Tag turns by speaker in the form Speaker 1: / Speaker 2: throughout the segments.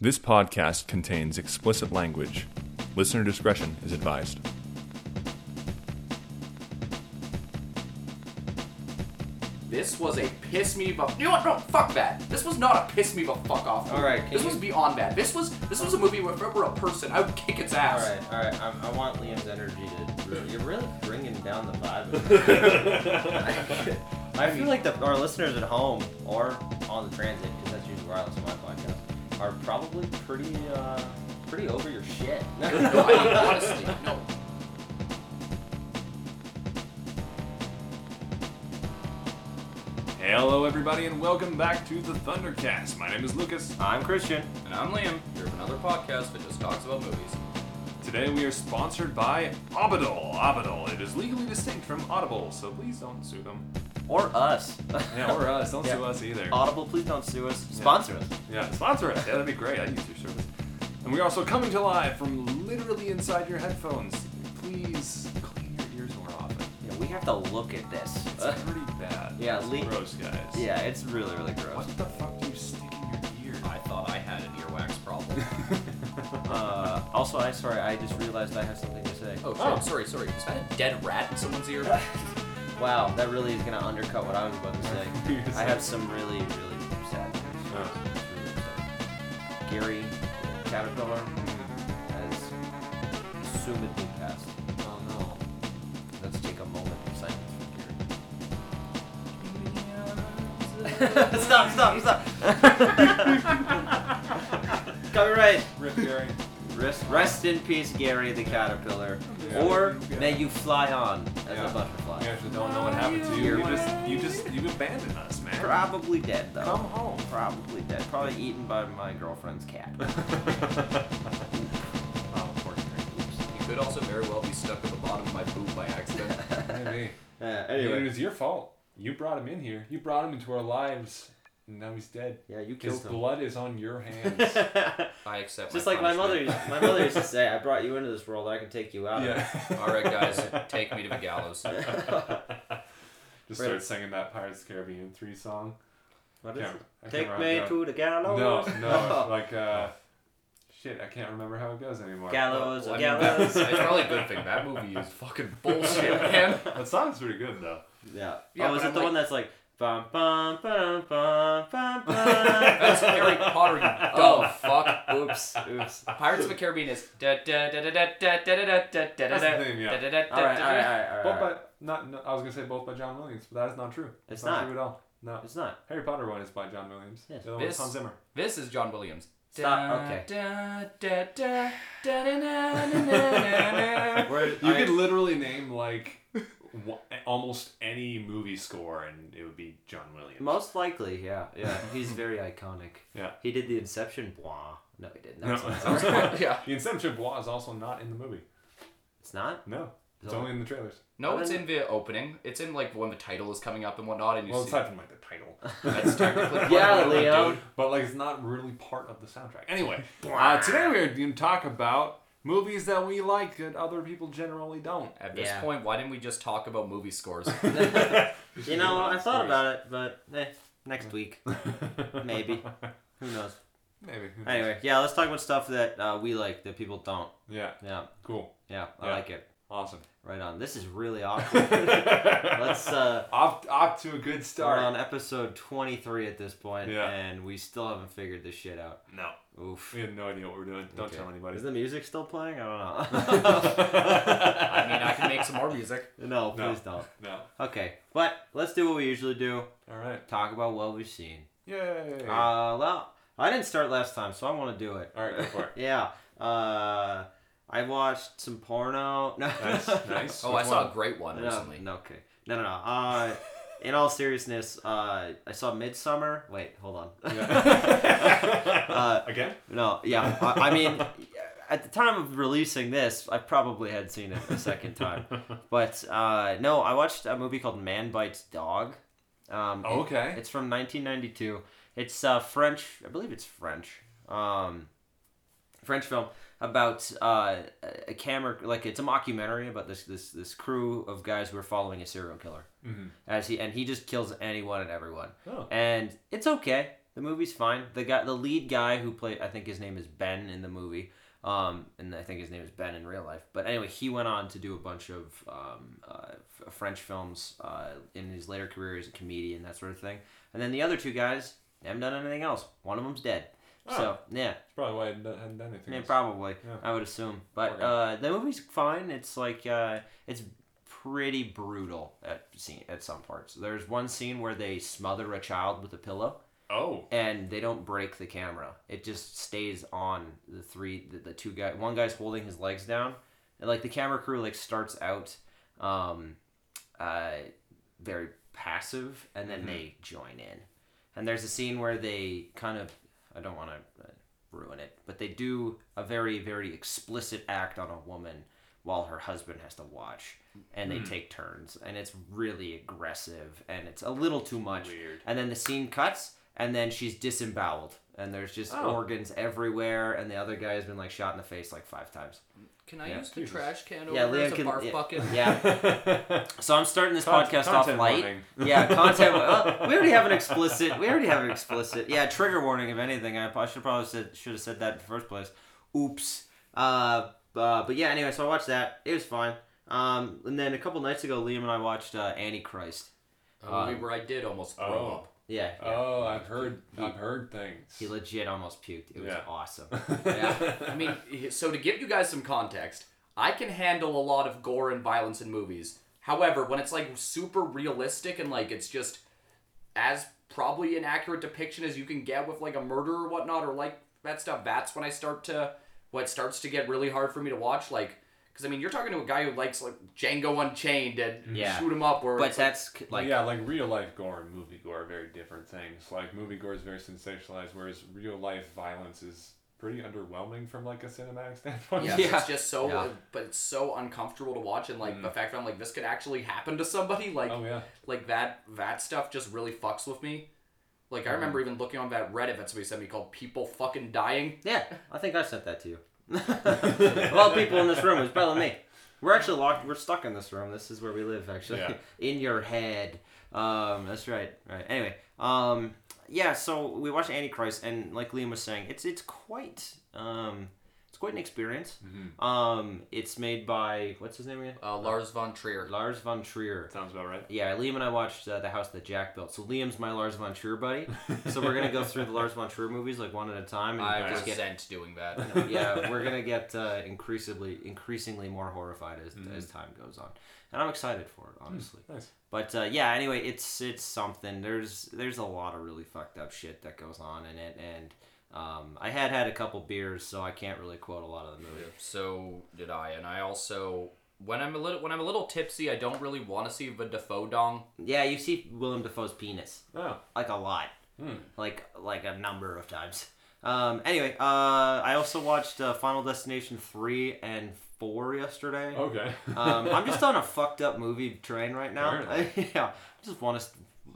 Speaker 1: This podcast contains explicit language. Listener discretion is advised.
Speaker 2: This was a piss me but you know what? No, fuck that. This was not a piss me but fuck off. movie.
Speaker 3: All right, can
Speaker 2: This
Speaker 3: you-
Speaker 2: was beyond that. This was this was a movie where if it were a person, I would kick its
Speaker 3: All
Speaker 2: ass.
Speaker 3: right, all right. I'm, I want Liam's energy to. Really, you're really bringing down the vibe. of it. I feel like the, our listeners at home or on the transit, because that's usually where I listen to my podcast, uh, are probably pretty, uh, pretty over your shit.
Speaker 2: No, I mean, honestly, no.
Speaker 1: Hello, everybody, and welcome back to the Thundercast. My name is Lucas.
Speaker 3: I'm Christian.
Speaker 4: And I'm Liam, here with another podcast that just talks about movies.
Speaker 1: Today we are sponsored by Abadol. Abadol. It is legally distinct from Audible, so please don't sue them.
Speaker 3: Or us.
Speaker 1: Yeah, or us. Don't
Speaker 3: Yeah.
Speaker 1: sue us either.
Speaker 3: Audible, please don't sue us. Sponsor us.
Speaker 1: Yeah, sponsor us. Yeah, that'd be great. I'd use your service. And we're also coming to live from literally inside your headphones. Please clean your ears more often.
Speaker 3: Yeah, we have to look at this.
Speaker 1: It's pretty bad.
Speaker 3: yeah,
Speaker 1: It's
Speaker 3: le-
Speaker 1: gross, guys.
Speaker 3: yeah, it's really, really gross.
Speaker 1: What the fuck do you stick in your ear?
Speaker 4: I thought I had an earwax problem.
Speaker 3: Uh, also, I sorry, I just realized I have something to say.
Speaker 4: oh, shit,
Speaker 2: Oh.
Speaker 4: sorry, sorry. Is that a dead rat in someone's ear?
Speaker 3: Wow, that really is gonna undercut what I was about to say.
Speaker 1: Yes.
Speaker 3: I have some really, really sad news.
Speaker 1: Oh.
Speaker 3: It's really upsetting. Gary Caterpillar has assumedly passed.
Speaker 4: oh no.
Speaker 3: Let's take a moment of silence for Gary. stop, stop, stop. Copyright.
Speaker 1: Rip Gary.
Speaker 3: Rest, rest in peace, Gary the Caterpillar.
Speaker 1: Yeah.
Speaker 3: Or
Speaker 1: Yeah.
Speaker 3: may you fly on as
Speaker 1: Yeah.
Speaker 3: a butterfly.
Speaker 1: You actually don't know what happened to you. You
Speaker 3: You're-
Speaker 1: just, you just, you abandoned us, man.
Speaker 3: Probably dead though.
Speaker 1: Come home.
Speaker 3: Probably dead. Probably eaten by my girlfriend's cat.
Speaker 1: oh, poor
Speaker 4: You could also very well be stuck at the bottom of my boot by accident.
Speaker 1: Gary. Maybe.
Speaker 3: Uh,
Speaker 1: It
Speaker 3: anyway.
Speaker 1: was your fault. You brought him in here. You brought him into our lives. And now he's dead.
Speaker 3: Yeah, you
Speaker 1: His
Speaker 3: killed him.
Speaker 1: blood is on your hands.
Speaker 4: I accept
Speaker 3: Just
Speaker 4: my
Speaker 3: like my mother,
Speaker 4: punishment.
Speaker 3: my mother used to say, "I brought you into this world. I can take you out." of it."
Speaker 1: yeah.
Speaker 4: All right, guys, take me to the gallows. Uh,
Speaker 1: Just
Speaker 3: Right.
Speaker 1: start singing that Pirates of the Caribbean 3 song.
Speaker 3: What is
Speaker 1: Can't-
Speaker 3: it?
Speaker 1: I can't
Speaker 3: Take
Speaker 1: remember
Speaker 3: me
Speaker 1: how it
Speaker 3: to the
Speaker 1: goes.
Speaker 3: gallows.
Speaker 1: No, no. it's Like, uh, shit, I can't remember how it goes anymore.
Speaker 3: gallows,
Speaker 4: Well, I mean, that-
Speaker 3: gallows.
Speaker 4: it's probably a good thing. That movie is fucking bullshit, man.
Speaker 1: That song's pretty good, though.
Speaker 3: yeah.
Speaker 4: Yeah,
Speaker 3: Oh, is
Speaker 4: but
Speaker 3: it
Speaker 4: I'm
Speaker 3: the
Speaker 4: like-
Speaker 3: one that's like? Bum, bum, bum, bum, bum, bum.
Speaker 4: That's Harry Potter, you dumb
Speaker 3: Oh.
Speaker 4: fuck.
Speaker 3: Oops. Oops.
Speaker 4: Pirates of the Caribbean is da da da da da da da da da da da
Speaker 1: That's the
Speaker 4: da
Speaker 1: thing, yeah.
Speaker 4: da da da
Speaker 3: All right. All right.
Speaker 4: da.
Speaker 3: All right. All
Speaker 1: Both
Speaker 3: right.
Speaker 1: by not. No, I was gonna say both by John Williams, but that is not true.
Speaker 3: It's not.
Speaker 1: true at all. No,
Speaker 3: It's not.
Speaker 1: Harry Potter one is by John Williams.
Speaker 3: Yes.
Speaker 1: The other one is
Speaker 4: This-
Speaker 1: Hans Zimmer.
Speaker 4: This is John Williams.
Speaker 3: Stop, okay.
Speaker 4: Da, da, da, da, da, na, na, na, na, na.
Speaker 3: Where,
Speaker 1: You
Speaker 3: I-
Speaker 1: could literally name like wa- almost any movie score, and it would be John Williams.
Speaker 3: Most likely, yeah, yeah. He's very iconic.
Speaker 1: Yeah.
Speaker 3: He did the Inception. Blah. No, he didn't.
Speaker 1: No.
Speaker 3: That's not- sorry.
Speaker 4: yeah.
Speaker 1: the Inception Bois is also not in the movie.
Speaker 3: it's not.
Speaker 1: No, it's
Speaker 3: No.
Speaker 1: only in the trailers.
Speaker 4: No, it's in the opening. It's in like when the title is coming up and whatnot, and you
Speaker 1: Well,
Speaker 4: see.
Speaker 1: aside from like the title,
Speaker 4: That's technically part
Speaker 3: Yeah,
Speaker 4: of it,
Speaker 3: Leo.
Speaker 4: dude.
Speaker 1: but like it's not really part of the soundtrack. Anyway, uh, today we are going to talk about movies that we like that other people generally don't.
Speaker 4: At this
Speaker 3: Yeah.
Speaker 4: point, why didn't we just talk about movie scores?
Speaker 3: You know, I thought about it, but eh, next week, maybe. Who knows?
Speaker 1: Maybe.
Speaker 3: Anyway, yeah, let's talk about stuff that uh, we like that people don't.
Speaker 1: Yeah.
Speaker 3: Yeah,
Speaker 1: Cool.
Speaker 3: yeah, I
Speaker 1: Yeah.
Speaker 3: like it.
Speaker 1: Awesome.
Speaker 3: Right on. This is really awkward. let's. Uh,
Speaker 1: off, off to a good
Speaker 3: Start
Speaker 1: start.
Speaker 3: on episode 23 at this point,
Speaker 1: Yeah.
Speaker 3: and we still haven't figured this shit out.
Speaker 1: No,
Speaker 3: Oof.
Speaker 1: we have no idea what we're doing. Don't
Speaker 3: Okay.
Speaker 1: tell anybody.
Speaker 3: Is the music still playing? I don't
Speaker 4: I
Speaker 1: I
Speaker 4: mean, I can make some more music.
Speaker 3: know. no,
Speaker 1: No.
Speaker 3: please don't.
Speaker 1: no.
Speaker 3: Okay, but let's do what we usually do.
Speaker 1: All right.
Speaker 3: talk about what we've seen.
Speaker 1: Yay.
Speaker 3: Uh, well, I didn't start last time, so I want to do it.
Speaker 1: All right, go for it.
Speaker 3: yeah. Uh, I watched some porno. No.
Speaker 1: nice. Nice.
Speaker 4: Oh, I
Speaker 1: Which
Speaker 4: saw a
Speaker 1: one?
Speaker 4: great one
Speaker 3: no,
Speaker 4: recently.
Speaker 3: no, okay. No, no, no. Uh, in all seriousness, uh, I saw Midsummer. Wait, hold on.
Speaker 1: Yeah.
Speaker 3: Uh,
Speaker 1: Again?
Speaker 3: no, yeah. I, I mean, at the time of releasing this, I probably had seen it a second time. But uh, no, I watched a movie called Man Bites Dog. Um,
Speaker 1: Oh,
Speaker 3: it-
Speaker 1: Okay.
Speaker 3: It's from 1992. It's uh, French. I believe it's French. Um, French film about uh, a- a camera. Like it's a mockumentary about this this this crew of guys who are following a serial killer.
Speaker 1: Mhm.
Speaker 3: As he and he just kills anyone and everyone.
Speaker 1: Oh.
Speaker 3: And it's okay. The movie's fine. The guy, the lead guy who played, I think his name is Ben in the movie, um, and I think his name is Ben in real life. But anyway, he went on to do a bunch of um, uh, f- French films uh, in his later career as a comedian, that sort of thing. And then the other two guys haven't done anything else. One of them's dead. So yeah,
Speaker 1: That's probably why I hadn't hadn't done anything.
Speaker 3: I mean,
Speaker 1: else.
Speaker 3: probably.
Speaker 1: Yeah.
Speaker 3: I would assume. But
Speaker 1: Okay.
Speaker 3: uh, the movie's fine. It's like uh, it's pretty brutal at scene at some parts. There's one scene where they smother a child with a pillow,
Speaker 1: oh,
Speaker 3: and they don't break the camera. It just stays on the three, the, the two guy. One guy's holding his legs down, and like the camera crew like starts out, um, uh, very passive, and
Speaker 1: Mm-hmm.
Speaker 3: then they join in. And there's a scene where they kind of, I don't want to ruin it, but they do a very, very explicit act on a woman while her husband has to watch. And
Speaker 1: Mm-hmm.
Speaker 3: they take turns. And it's really aggressive and it's a little too much.
Speaker 1: Weird.
Speaker 3: And then the scene cuts and then she's disemboweled. And there's just
Speaker 1: Oh.
Speaker 3: organs everywhere. And the other guy has been like shot in the face like five times.
Speaker 5: Can I
Speaker 3: Yeah.
Speaker 5: use the
Speaker 1: Jesus.
Speaker 5: trash can over
Speaker 3: Yeah,
Speaker 5: as
Speaker 3: Liam
Speaker 5: a
Speaker 3: can.
Speaker 5: barf
Speaker 3: yeah,
Speaker 5: bucket?
Speaker 3: yeah. So I'm starting this
Speaker 1: Con-
Speaker 3: podcast off
Speaker 1: content
Speaker 3: light.
Speaker 1: warning.
Speaker 3: Yeah, content. well, we already have an explicit. We already have an explicit. Yeah, trigger warning. If anything, I, I should probably said, should have said that in the first place. Oops. Uh, uh, but yeah. Anyway, so I watched that. It was fine. Um, and then a couple nights ago, Liam and I watched uh, Antichrist.
Speaker 4: A movie where I did almost throw
Speaker 1: Um, oh.
Speaker 4: up.
Speaker 3: Yeah. yeah.
Speaker 1: oh, I've heard, I've heard things.
Speaker 3: He legit almost puked. It was
Speaker 1: Uh, Yeah.
Speaker 3: awesome.
Speaker 4: Yeah. I mean, so to give you guys some context, I can handle a lot of gore and violence in movies. However, when it's like super realistic and like it's just as probably an accurate depiction as you can get with like a murder or whatnot or like that stuff, that's when I start to what starts to get really hard for me to watch. Like, because I mean, you're talking to a guy who likes like Django Unchained
Speaker 1: Mm-hmm.
Speaker 4: and
Speaker 3: Yeah.
Speaker 4: shoot him up, or
Speaker 3: But
Speaker 4: it's like-
Speaker 3: that's like
Speaker 1: yeah, like real life gore and movie gore are very different things. Like movie gore is very sensationalized, whereas real life violence is pretty underwhelming from like a cinematic standpoint.
Speaker 4: Yeah,
Speaker 3: Yeah.
Speaker 4: it's just so,
Speaker 3: Yeah.
Speaker 4: but it's so uncomfortable to watch, and like the fact that I'm like, this could actually happen to somebody, like,
Speaker 1: Mm-hmm. Oh yeah.
Speaker 4: like that that stuff just really fucks with me. Like I remember
Speaker 3: Mm-hmm.
Speaker 4: even looking on that Reddit that somebody sent me called "People Fucking Dying."
Speaker 3: Yeah, I think I sent that to you. a lot of people in this room is probably me. We're actually locked. We're stuck in this room. This is where we live, actually.
Speaker 1: Yeah.
Speaker 3: in your head. Um, that's right. Right. Anyway. Um, yeah. So we watched Antichrist, and like Liam was saying, it's it's quite um, it's quite an experience. Um, it's made by what's his name again?
Speaker 4: Uh, Lars von Trier.
Speaker 3: Lars von Trier.
Speaker 1: Sounds about right.
Speaker 3: Yeah, Liam and I watched uh, the house that Jack built. So Liam's my Lars von Trier buddy. so we're gonna go through the Lars von Trier movies like one at a time, and
Speaker 4: I
Speaker 3: just get
Speaker 4: resent doing that.
Speaker 3: yeah, we're gonna get uh, increasingly increasingly more horrified as, as time goes on, and I'm excited for it honestly.
Speaker 1: Nice.
Speaker 3: But uh, yeah, anyway, it's it's something. There's there's a lot of really fucked up shit that goes on in it, and um, I had had a couple beers, so I can't really quote a lot of the movie.
Speaker 4: so did I, and I also when I'm a little when I'm a little tipsy, I don't really want to see the Defoe dong.
Speaker 3: Yeah, you see Willem Dafoe's penis
Speaker 1: Oh.
Speaker 3: like a lot, like like a number of times. Um, anyway, uh, I also watched uh, Final Destination three and four yesterday.
Speaker 1: Okay.
Speaker 3: Um, I'm just on a fucked up movie train right now.
Speaker 1: Fair
Speaker 3: yeah, I just want to,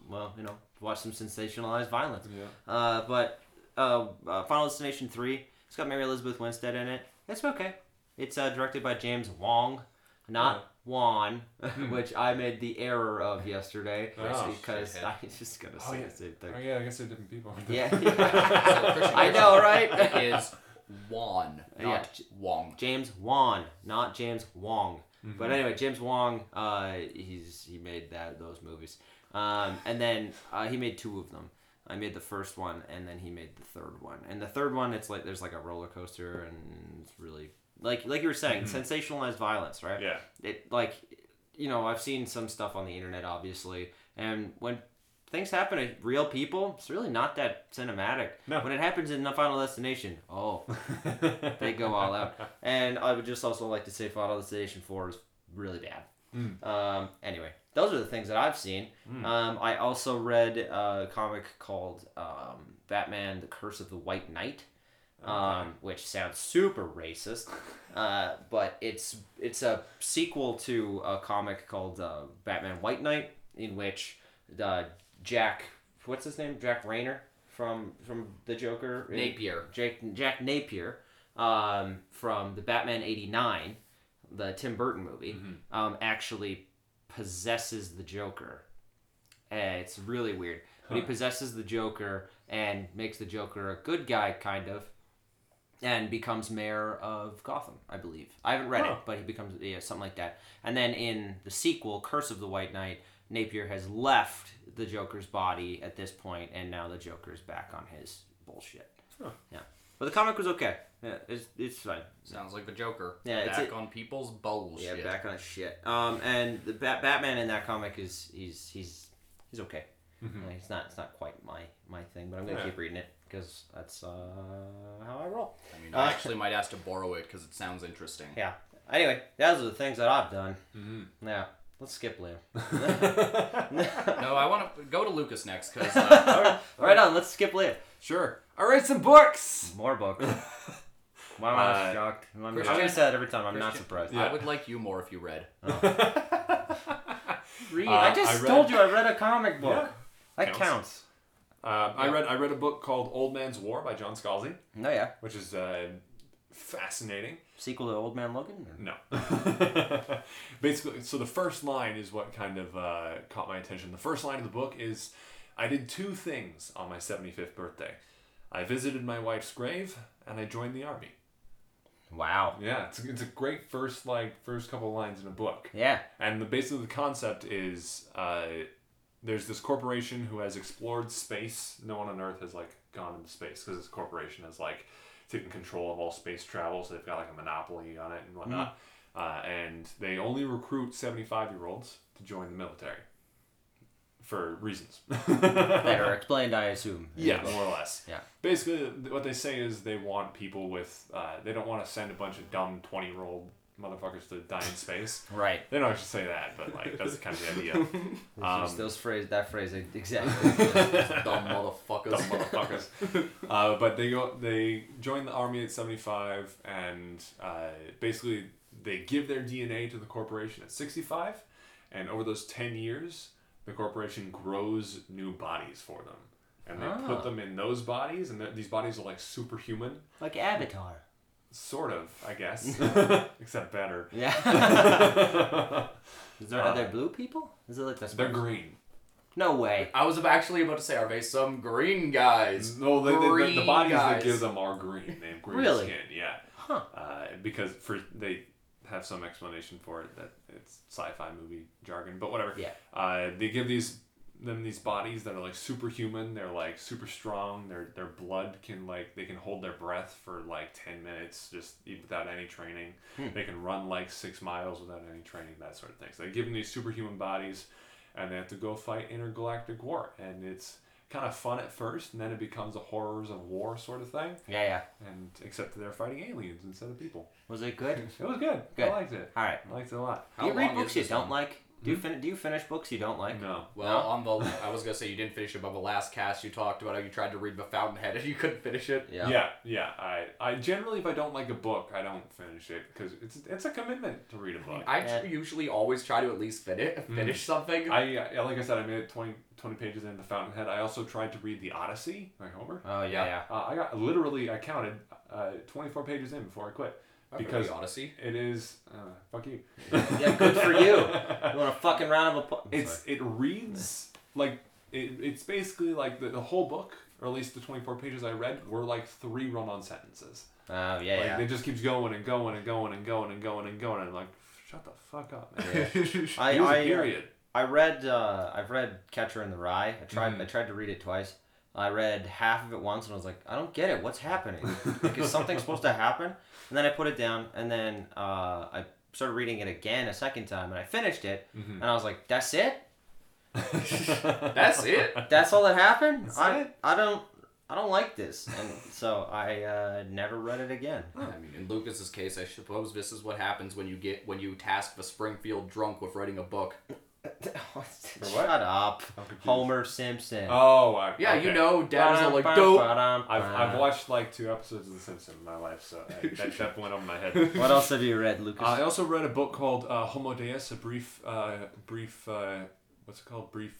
Speaker 3: well, you know, watch some sensationalized violence.
Speaker 1: Yeah.
Speaker 3: Uh, but uh, uh, Final Destination 3, it's got Mary Elizabeth Winstead in it. It's okay. It's uh, directed by James Wong,
Speaker 1: Yeah.
Speaker 3: not Wan, which I made the error of yesterday
Speaker 1: Hmm. Oh.
Speaker 3: because
Speaker 4: Shithead.
Speaker 3: I was just going to say
Speaker 1: Oh, yeah.
Speaker 3: the same thing.
Speaker 1: Oh yeah, I guess they're different people. aren't they?
Speaker 3: Yeah.
Speaker 4: I
Speaker 3: know, right?
Speaker 4: It is Wan, not
Speaker 3: Yeah.
Speaker 4: Wong.
Speaker 3: James Wan, not James Wong.
Speaker 1: Mm-hmm.
Speaker 3: But anyway, James Wong, uh, he's he made that those movies, um, and then uh, he made two of them. I made the first one, and then he made the third one. And the third one, it's like there's like a roller coaster, and it's really like like you were saying, sensationalized violence, right?
Speaker 1: Mm-hmm. Yeah.
Speaker 3: It like, you know, I've seen some stuff on the internet, obviously, and when things happen to real people, it's really not that cinematic.
Speaker 1: No.
Speaker 3: When it happens in the Final Destination, oh, they go all out. And I would just also like to say Final Destination 4 is really bad. Um, anyway, those are the things that I've seen. Um, I also read a comic called um, Batman The Curse of the White Knight. Um, which sounds super racist, uh, but it's it's a sequel to a comic called uh, Batman White Knight, in which the Jack, what's his name, Jack Rayner from from the Joker,
Speaker 4: Napier.
Speaker 3: Jack Jack Napier um, from the Batman '89, the Tim Burton movie, um, actually Eh, possesses the Joker. Uh, it's really weird, but he possesses the Joker, and makes the Joker a good guy, kind of, and becomes mayor of Gotham, I believe. I haven't read it,
Speaker 1: Huh.
Speaker 3: but he becomes yeah something like that. And then in the sequel, Curse of the White Knight, Napier has left the Joker's body at this point, and now the Joker's back on his bullshit.
Speaker 1: Huh.
Speaker 3: Yeah, but the comic was okay. Yeah, it's it's fine.
Speaker 4: Sounds like the Joker.
Speaker 3: Yeah, it's
Speaker 4: back
Speaker 3: a-
Speaker 4: on people's bowls.
Speaker 3: Yeah, back on his shit. Um, and the Bat- Batman in that comic is he's he's he's okay. Uh, he's not it's not quite my my thing, but I'm
Speaker 1: Mm-hmm.
Speaker 3: gonna
Speaker 1: Yeah.
Speaker 3: keep reading it because that's uh, how I roll.
Speaker 4: I mean, I actually might ask to borrow it because it sounds interesting.
Speaker 3: Yeah. Anyway, those are the things that I've done.
Speaker 1: Mhm.
Speaker 3: Now let's skip Liam.
Speaker 4: No, I want to go to Lucas next because uh,
Speaker 3: All right, right on. Let's skip Liam.
Speaker 1: Sure. I read some books.
Speaker 3: More books. Wow, I'm
Speaker 1: Uh,
Speaker 3: shocked. I'm I'm
Speaker 4: Christian-
Speaker 3: gonna say that every time. I'm not
Speaker 4: Christian-
Speaker 3: surprised.
Speaker 1: Yeah.
Speaker 4: I would like you more if you read.
Speaker 1: Oh.
Speaker 3: Read.
Speaker 1: Uh,
Speaker 3: I just
Speaker 1: I read-
Speaker 3: told you I read a comic book. That
Speaker 1: Counts.
Speaker 3: counts.
Speaker 1: Uh, I read I read a book called Old Man's War by John Scalzi,
Speaker 3: No, Oh, yeah.
Speaker 1: which is uh, fascinating.
Speaker 3: Sequel to Old Man Logan. or-
Speaker 1: No. Basically, so the first line is what kind of uh, caught my attention. The first line of the book is I did two things on my 75th birthday I visited my wife's grave and I joined the army.
Speaker 3: Wow.
Speaker 1: Yeah, it's, it's a great first like first couple lines in a book.
Speaker 3: Yeah.
Speaker 1: And the basically the concept is uh, there's this corporation who has explored space. No one on Earth has like gone into space because this corporation has like taken control of all space travel, so they've got like a monopoly on it and whatnot. Uh, and they only recruit 75 year olds to join the military for reasons.
Speaker 3: that are explained, I assume.
Speaker 1: Yeah, more or less.
Speaker 3: Yeah.
Speaker 1: Basically, th- what they say is they want people with. Uh, they don't want to send a bunch of dumb twenty-year-old motherfuckers to die in space.
Speaker 3: Right.
Speaker 1: They don't actually say that, but like that's kind of the idea.
Speaker 3: It's just those phrase, that phrase exactly.
Speaker 4: Dumb motherfuckers.
Speaker 1: Dumb motherfuckers. uh, but they go. They join the army at seventy-five, and uh, basically they give their DNA to the corporation at sixty-five, and over those ten years, the corporation grows new bodies for them. And they
Speaker 3: Ah.
Speaker 1: put them in those bodies, and th- these bodies are like superhuman.
Speaker 3: like Avatar.
Speaker 1: Sort of, I guess. Except better.
Speaker 3: Yeah. Is there, are there blue people? Is it like the
Speaker 1: They're
Speaker 3: Spurs?
Speaker 1: green.
Speaker 3: No way.
Speaker 4: I was ab- actually about to say, are they some green guys?
Speaker 1: No, they, they, the, the
Speaker 4: Green
Speaker 1: bodies
Speaker 4: guys.
Speaker 1: they give them are green. They have green
Speaker 3: Really?
Speaker 1: skin, yeah.
Speaker 3: Huh.
Speaker 1: Uh, because for they have some explanation for it that it's sci-fi movie jargon, but whatever.
Speaker 3: Yeah.
Speaker 1: Uh, they give these them these bodies that are like superhuman. They're like super strong. Their their blood can like they can hold their breath for like ten minutes just even without any training. They can run like six miles without any training. That sort of thing. So they give them these superhuman bodies, and they have to go fight intergalactic war. And it's kind of fun at first, and then it becomes a horrors of war sort of thing.
Speaker 3: Yeah, yeah.
Speaker 1: And except that they're fighting aliens instead of people.
Speaker 3: Was it good?
Speaker 1: It was good.
Speaker 3: Good.
Speaker 1: I liked it.
Speaker 3: All right.
Speaker 1: I liked it a lot.
Speaker 3: Do you
Speaker 4: How
Speaker 3: read
Speaker 4: long
Speaker 3: books
Speaker 4: is
Speaker 3: you
Speaker 4: this
Speaker 3: don't
Speaker 4: one?
Speaker 3: like? Do you fin- do you finish books you don't like?
Speaker 1: No.
Speaker 4: Well,
Speaker 3: No?
Speaker 4: on the I was gonna say you didn't finish it, but the last cast you talked about how you tried to read The Fountainhead and you couldn't finish it.
Speaker 3: Yeah.
Speaker 1: Yeah, yeah. I, I generally, if I don't like a book, I don't finish it because it's it's a commitment to read a book.
Speaker 4: I
Speaker 3: Yeah. Mm.
Speaker 4: tr- usually always try to at least finish finish something.
Speaker 1: I, I like I said, I made it 20, 20 pages into Fountainhead. I also tried to read the Odyssey by Homer.
Speaker 3: Oh yeah, yeah.
Speaker 1: Uh, I got literally I counted uh, twenty four pages in before I quit because
Speaker 4: the Odyssey.
Speaker 1: it is uh, fuck you.
Speaker 3: Yeah, good for you. You want a fucking round of applause?
Speaker 1: It's it reads like it, it's basically like the, the whole book or at least the twenty four pages I read were like three run on sentences.
Speaker 3: Oh yeah,
Speaker 1: Like,
Speaker 3: yeah.
Speaker 1: It just keeps going and going and going and going and going and going. And I'm like, shut the fuck up, man.
Speaker 3: I-
Speaker 1: Use a
Speaker 3: I, uh,
Speaker 1: period.
Speaker 3: I read uh, I've read Catcher in the Rye. I tried
Speaker 1: Mhm.
Speaker 3: I tried to read it twice. I read half of it once and I was like, I don't get it. What's happening? like, is something supposed to happen? And then I put it down and then uh, I started reading it again a second time and I finished it
Speaker 1: Mm-hmm.
Speaker 3: and I was like, that's it?
Speaker 4: That's it.
Speaker 3: That's all that happened? I
Speaker 1: it?
Speaker 3: I don't I don't like this. And so I uh, never read it again.
Speaker 4: I mean, in Lucas's case, I suppose this is what happens when you get when you task the Springfield drunk with writing a book.
Speaker 1: what?
Speaker 3: Shut up.
Speaker 1: confused.
Speaker 3: Homer Simpson.
Speaker 1: Oh, I,
Speaker 4: Yeah, you
Speaker 1: okay.
Speaker 4: know, dad was all like, "Dope."
Speaker 1: I've, I've
Speaker 3: Uh.
Speaker 1: watched like two episodes of The Simpsons in my life, so I, that, that went over my head.
Speaker 3: What else have you read, Lucas?
Speaker 1: Uh, I also read a book called uh, Homo Deus, a brief, uh, brief, uh, what's it called? Brief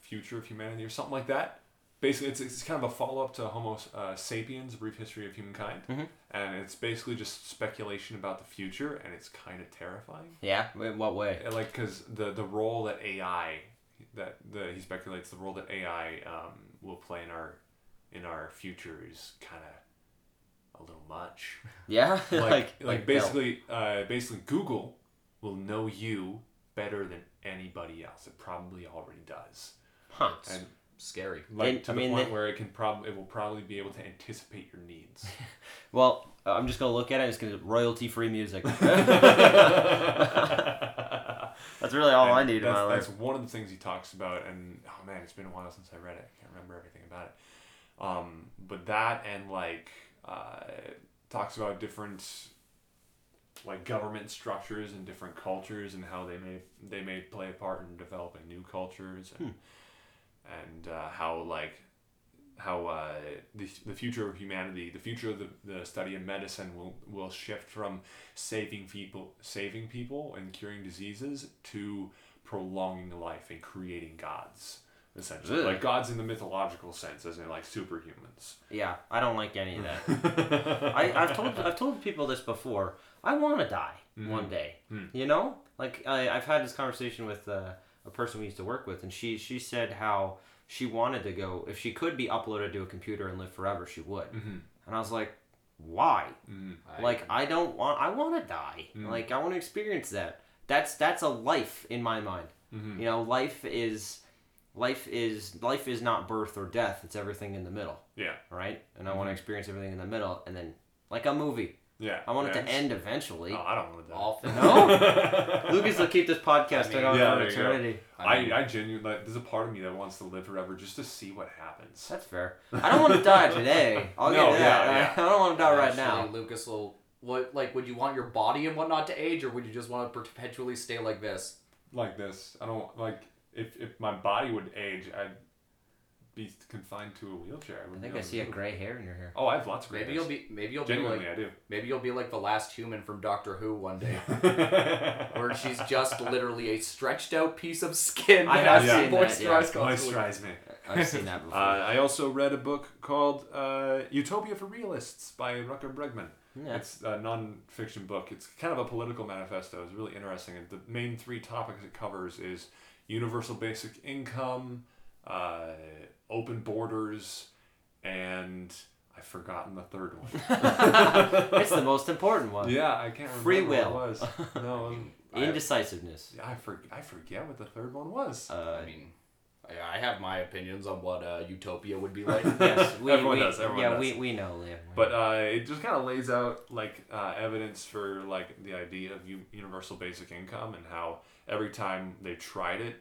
Speaker 1: Future of Humanity or something like that. Basically, it's, it's kind of a follow up to Homo uh, Sapiens, A Brief History of Humankind. And it's basically just speculation about the future, and it's kind of terrifying.
Speaker 3: yeah, in what way?
Speaker 1: Yeah, like because the the role that AI that the he speculates the role that AI um, will play in our in our future is kind of a little much.
Speaker 3: Yeah,
Speaker 1: Like like, basically uh, basically Google will know you better than anybody else. It probably already does.
Speaker 3: Huh.
Speaker 1: And
Speaker 4: Scary.
Speaker 1: like
Speaker 3: And,
Speaker 1: to
Speaker 3: I
Speaker 1: the
Speaker 3: mean,
Speaker 1: point
Speaker 3: the-
Speaker 1: where it can probably it will probably be able to anticipate your needs.
Speaker 3: Well, uh, I'm just gonna look at it. It's gonna royalty free music. That's really all I
Speaker 1: And
Speaker 3: need in
Speaker 1: that's,
Speaker 3: my life.
Speaker 1: That's one of the things he talks about, and oh man, it's been a while since I read it. I can't remember everything about it. Um, but that and like uh, talks about different like government structures and different cultures and how they may they may play a part in developing new cultures and and uh, how like how uh, the, the future of humanity, the future of the, the study of medicine will, will shift from saving people, saving people and curing diseases to prolonging life and creating gods, essentially.
Speaker 3: Ugh.
Speaker 1: Like gods in the mythological sense, as in like superhumans.
Speaker 3: Yeah, I don't like any of that. I, I've told I've told people this before. I want to die
Speaker 1: Mm-hmm.
Speaker 3: one day.
Speaker 1: Mm.
Speaker 3: You know, like I, I've had this conversation with uh, a person we used to work with, and she she said how she wanted to go if she could be uploaded to a computer and live forever, she would.
Speaker 1: Mm-hmm.
Speaker 3: And I was like, why?
Speaker 1: Mm,
Speaker 3: like I don't want. I want to die.
Speaker 1: Mm-hmm.
Speaker 3: Like I want to experience that. That's that's a life in my mind.
Speaker 1: Mm-hmm.
Speaker 3: You know, life is life is life is not birth or death. It's everything in the middle
Speaker 1: Yeah.
Speaker 3: right? And I want to
Speaker 1: Mm-hmm.
Speaker 3: experience everything in the middle, and then like a movie,
Speaker 1: Yeah.
Speaker 3: I want it to
Speaker 1: Yeah.
Speaker 3: end eventually.
Speaker 1: No, I don't want to die.
Speaker 4: All things.
Speaker 3: Lucas will keep this podcast
Speaker 4: I mean,
Speaker 3: on
Speaker 1: yeah,
Speaker 3: for
Speaker 1: there you go.
Speaker 3: eternity.
Speaker 1: I, I genuinely, like, there's a part of me that wants to live forever just to see what happens.
Speaker 3: That's fair. I don't want to die today. I'll
Speaker 1: No,
Speaker 3: get that.
Speaker 1: yeah,
Speaker 3: I, I don't want to die right
Speaker 4: Actually,
Speaker 3: now.
Speaker 4: Lucas will. What like would you want your body and whatnot to age, or would you just want to perpetually stay like this?
Speaker 1: Like this. I don't, like, if, if my body would age, I'd be confined to a wheelchair.
Speaker 3: I
Speaker 1: wouldn't
Speaker 3: think
Speaker 1: be
Speaker 3: I
Speaker 1: able to
Speaker 3: see a
Speaker 1: move.
Speaker 3: gray hair in your hair.
Speaker 1: Oh, I have lots of
Speaker 4: Maybe
Speaker 1: greatness.
Speaker 4: you'll be. Maybe you'll
Speaker 1: Genuinely,
Speaker 4: be like.
Speaker 1: I do.
Speaker 4: Maybe you'll be like the last human from Doctor Who one day, where she's just literally a stretched out piece of skin.
Speaker 3: I
Speaker 4: that
Speaker 3: have
Speaker 4: has
Speaker 3: seen that, yeah.
Speaker 4: moisturized constantly.
Speaker 1: Moisturize me.
Speaker 3: I've seen that
Speaker 1: Uh,
Speaker 3: before.
Speaker 1: I also read a book called uh, Utopia for Realists by Rucker Bregman.
Speaker 3: Yeah.
Speaker 1: It's a non-fiction book. It's kind of a political manifesto. It's really interesting. And the main three topics it covers is universal basic income, uh, open borders, and I've forgotten the third one.
Speaker 3: it's the most important one.
Speaker 1: yeah, I can't remember
Speaker 3: Free
Speaker 1: what it was. No, it was-
Speaker 3: Indecisiveness.
Speaker 1: I, I, for, I forget what the third one was.
Speaker 3: Uh,
Speaker 4: I mean, I, I have my opinions on what uh, utopia would be like.
Speaker 3: yes, we,
Speaker 1: Everyone
Speaker 3: we,
Speaker 1: does, everyone
Speaker 3: yeah,
Speaker 1: does.
Speaker 3: we we know, Liam.
Speaker 1: But uh, it just kind of lays out like uh, evidence for like the idea of u- universal basic income and how every time they tried it,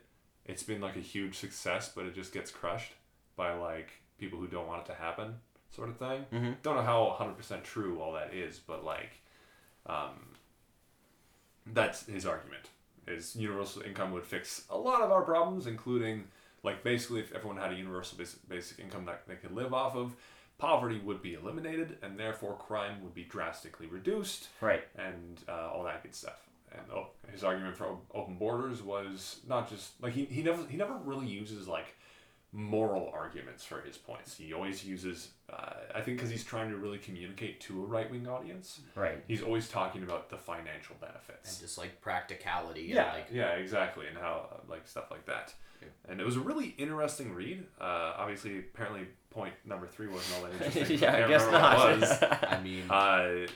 Speaker 1: it's been like a huge success, but it just gets crushed by like people who don't want it to happen, sort of thing. Don't know how hundred percent true all that is, but like, um, that's his argument. Is universal income would fix a lot of our problems, including like basically if everyone had a universal basic, basic income that they could live off of, poverty would be eliminated, and therefore crime would be drastically reduced
Speaker 3: right.
Speaker 1: and uh, all that good stuff. And oh, his argument for op- open borders was not just like he, he never he never really uses like moral arguments for his points. He always uses uh, I think because he's trying to really communicate to a right wing audience.
Speaker 3: Right.
Speaker 1: He's always talking about the financial
Speaker 4: and
Speaker 1: benefits.
Speaker 4: just like practicality and
Speaker 1: Yeah,
Speaker 4: like
Speaker 1: yeah, exactly, and how uh, like stuff like that. And it was a really interesting read. Uh, obviously, apparently, point number three wasn't all that interesting.
Speaker 3: Yeah, I
Speaker 1: can't
Speaker 3: guess
Speaker 1: remember what it
Speaker 3: not.
Speaker 1: was.
Speaker 4: I mean
Speaker 1: Uh,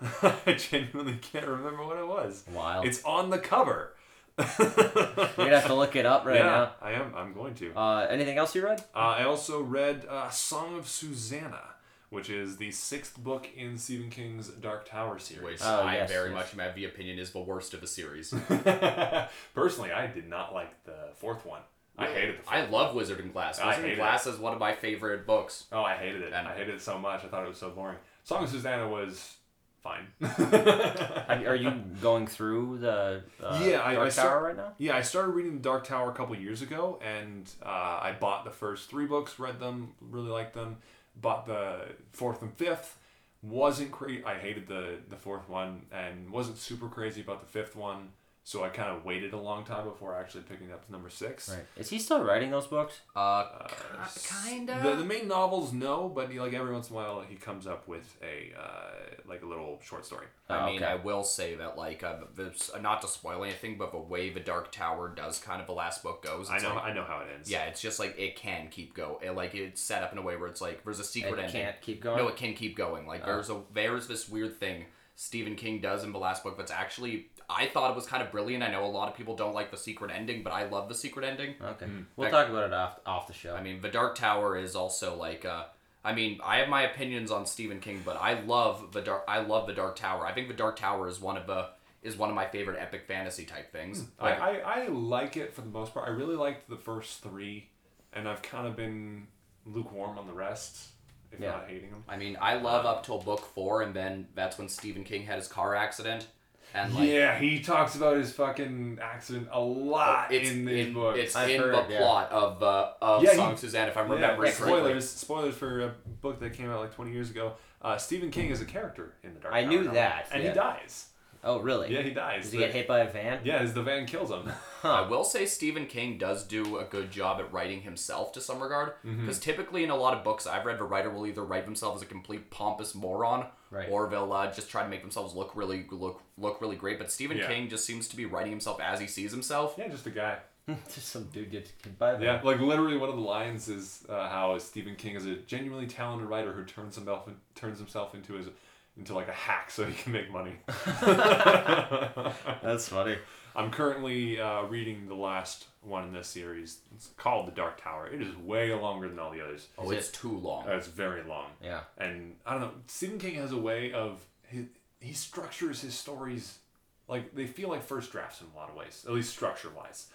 Speaker 1: I genuinely can't remember what it was.
Speaker 3: Wow.
Speaker 1: It's on the cover.
Speaker 3: You're gonna have to look it up right
Speaker 1: yeah, I am. I'm going to.
Speaker 3: now. Uh, anything else you read?
Speaker 1: Uh, I also read uh, Song of Susanna, which is the sixth book in Stephen King's Dark Tower
Speaker 4: which
Speaker 1: series.
Speaker 3: Oh,
Speaker 4: I
Speaker 3: yes,
Speaker 4: very
Speaker 3: yes.
Speaker 4: much have the opinion is the worst of the series.
Speaker 1: Personally, I did not like the fourth one. I hated the fourth
Speaker 4: I love Wizard in Glass.
Speaker 1: I
Speaker 4: Wizard
Speaker 1: hate
Speaker 4: in
Speaker 1: it.
Speaker 4: Glass is one of my favorite books.
Speaker 1: Oh, I hated it.
Speaker 4: And-
Speaker 1: I hated it so much. I thought it was so boring. Song of Susanna was fine.
Speaker 3: Have, are you going through the uh,
Speaker 1: Yeah, I-
Speaker 3: Dark
Speaker 1: I
Speaker 3: Tower
Speaker 1: saw-
Speaker 3: right now?
Speaker 1: Yeah, I started reading The Dark Tower a couple years ago, and uh, I bought the first three books, read them, really liked them. Bought the fourth and fifth. Wasn't crazy. I hated the the fourth one, and wasn't super crazy about the fifth one. So I kind of waited a long time before actually picking up number six.
Speaker 3: Right. Is he still writing those books?
Speaker 4: Uh,
Speaker 1: Uh,
Speaker 4: ki-
Speaker 1: s-
Speaker 4: kinda.
Speaker 1: The, the main novels, no, but he, like every once in a while, he comes up with a uh, like a little short story.
Speaker 3: Oh,
Speaker 4: I mean,
Speaker 3: okay.
Speaker 4: I will say that, like, uh, this, not to spoil anything, but the way the Dark Tower does kind of the last book goes, it's
Speaker 1: I know,
Speaker 4: like-
Speaker 1: I know how it ends.
Speaker 4: yeah, it's just like it can keep go. It, like it's set up in a way where it's like there's a secret
Speaker 3: It
Speaker 4: ending.
Speaker 3: can't keep going.
Speaker 4: No, it can keep going. Like there's a there's this weird thing Stephen King does in the last book that's actually I thought it was kind of brilliant. I know a lot of people don't like the secret ending, but I love the secret ending.
Speaker 3: Okay. We'll
Speaker 4: Like-
Speaker 3: talk about it off off the show.
Speaker 4: Mm, I mean, The Dark Tower is also like uh I mean, I have my opinions on Stephen King, but I love the dark. I love the Dark Tower. I think the Dark Tower is one of the is one of my favorite epic fantasy type things.
Speaker 1: I,
Speaker 4: Like,
Speaker 1: I, I like it for the most part. I really liked the first three, and I've kind of been lukewarm on the rest, if
Speaker 3: Yeah.
Speaker 1: not hating them.
Speaker 4: I mean, I love up till book four, and then that's when Stephen King had his car accident, and like
Speaker 1: yeah, he talks about his fucking accident a lot
Speaker 4: Oh, it's
Speaker 1: in these
Speaker 4: in,
Speaker 1: books.
Speaker 4: it's
Speaker 3: I've
Speaker 4: in
Speaker 3: heard,
Speaker 4: the
Speaker 3: yeah.
Speaker 4: plot of uh, of
Speaker 1: Yeah,
Speaker 4: Song
Speaker 1: he-
Speaker 4: Suzanne, if I'm
Speaker 1: Yeah,
Speaker 4: remembering correctly.
Speaker 1: spoilers, spoilers for a book that came out like 20 years ago. Uh, Stephen King is a character in the Dark.
Speaker 3: I
Speaker 1: Tower
Speaker 3: knew
Speaker 1: novel,
Speaker 3: that,
Speaker 1: and
Speaker 3: yeah.
Speaker 1: he dies.
Speaker 3: oh, really?
Speaker 1: Yeah, he dies.
Speaker 3: Does he
Speaker 1: The-
Speaker 3: get hit by a van?
Speaker 1: Yeah, as the van kills him.
Speaker 4: I will say Stephen King does do a good job at writing himself to some regard,
Speaker 1: Mm-hmm.
Speaker 4: because typically in a lot of books I've read, the writer will either write themselves as a complete pompous moron,
Speaker 3: Right.
Speaker 4: or they'll uh, just try to make themselves look really look look really great. But Stephen
Speaker 1: Yeah.
Speaker 4: King just seems to be writing himself as he sees himself.
Speaker 1: yeah, just a guy.
Speaker 3: Just some dude gets hit by a van.
Speaker 1: Yeah, like literally one of the lines is uh, how Stephen King is a genuinely talented writer who turns himself turns himself into his into like a hack so he can make money.
Speaker 3: That's funny.
Speaker 1: I'm currently uh, reading the last one in this series. It's called The Dark Tower. It is way longer than all the others.
Speaker 4: Oh,
Speaker 3: Is
Speaker 4: it's too long.
Speaker 1: Uh, it's very long.
Speaker 3: Yeah.
Speaker 1: and I don't know. Stephen King has a way of he, he structures his stories like they feel like first drafts in a lot of ways, at least structure wise.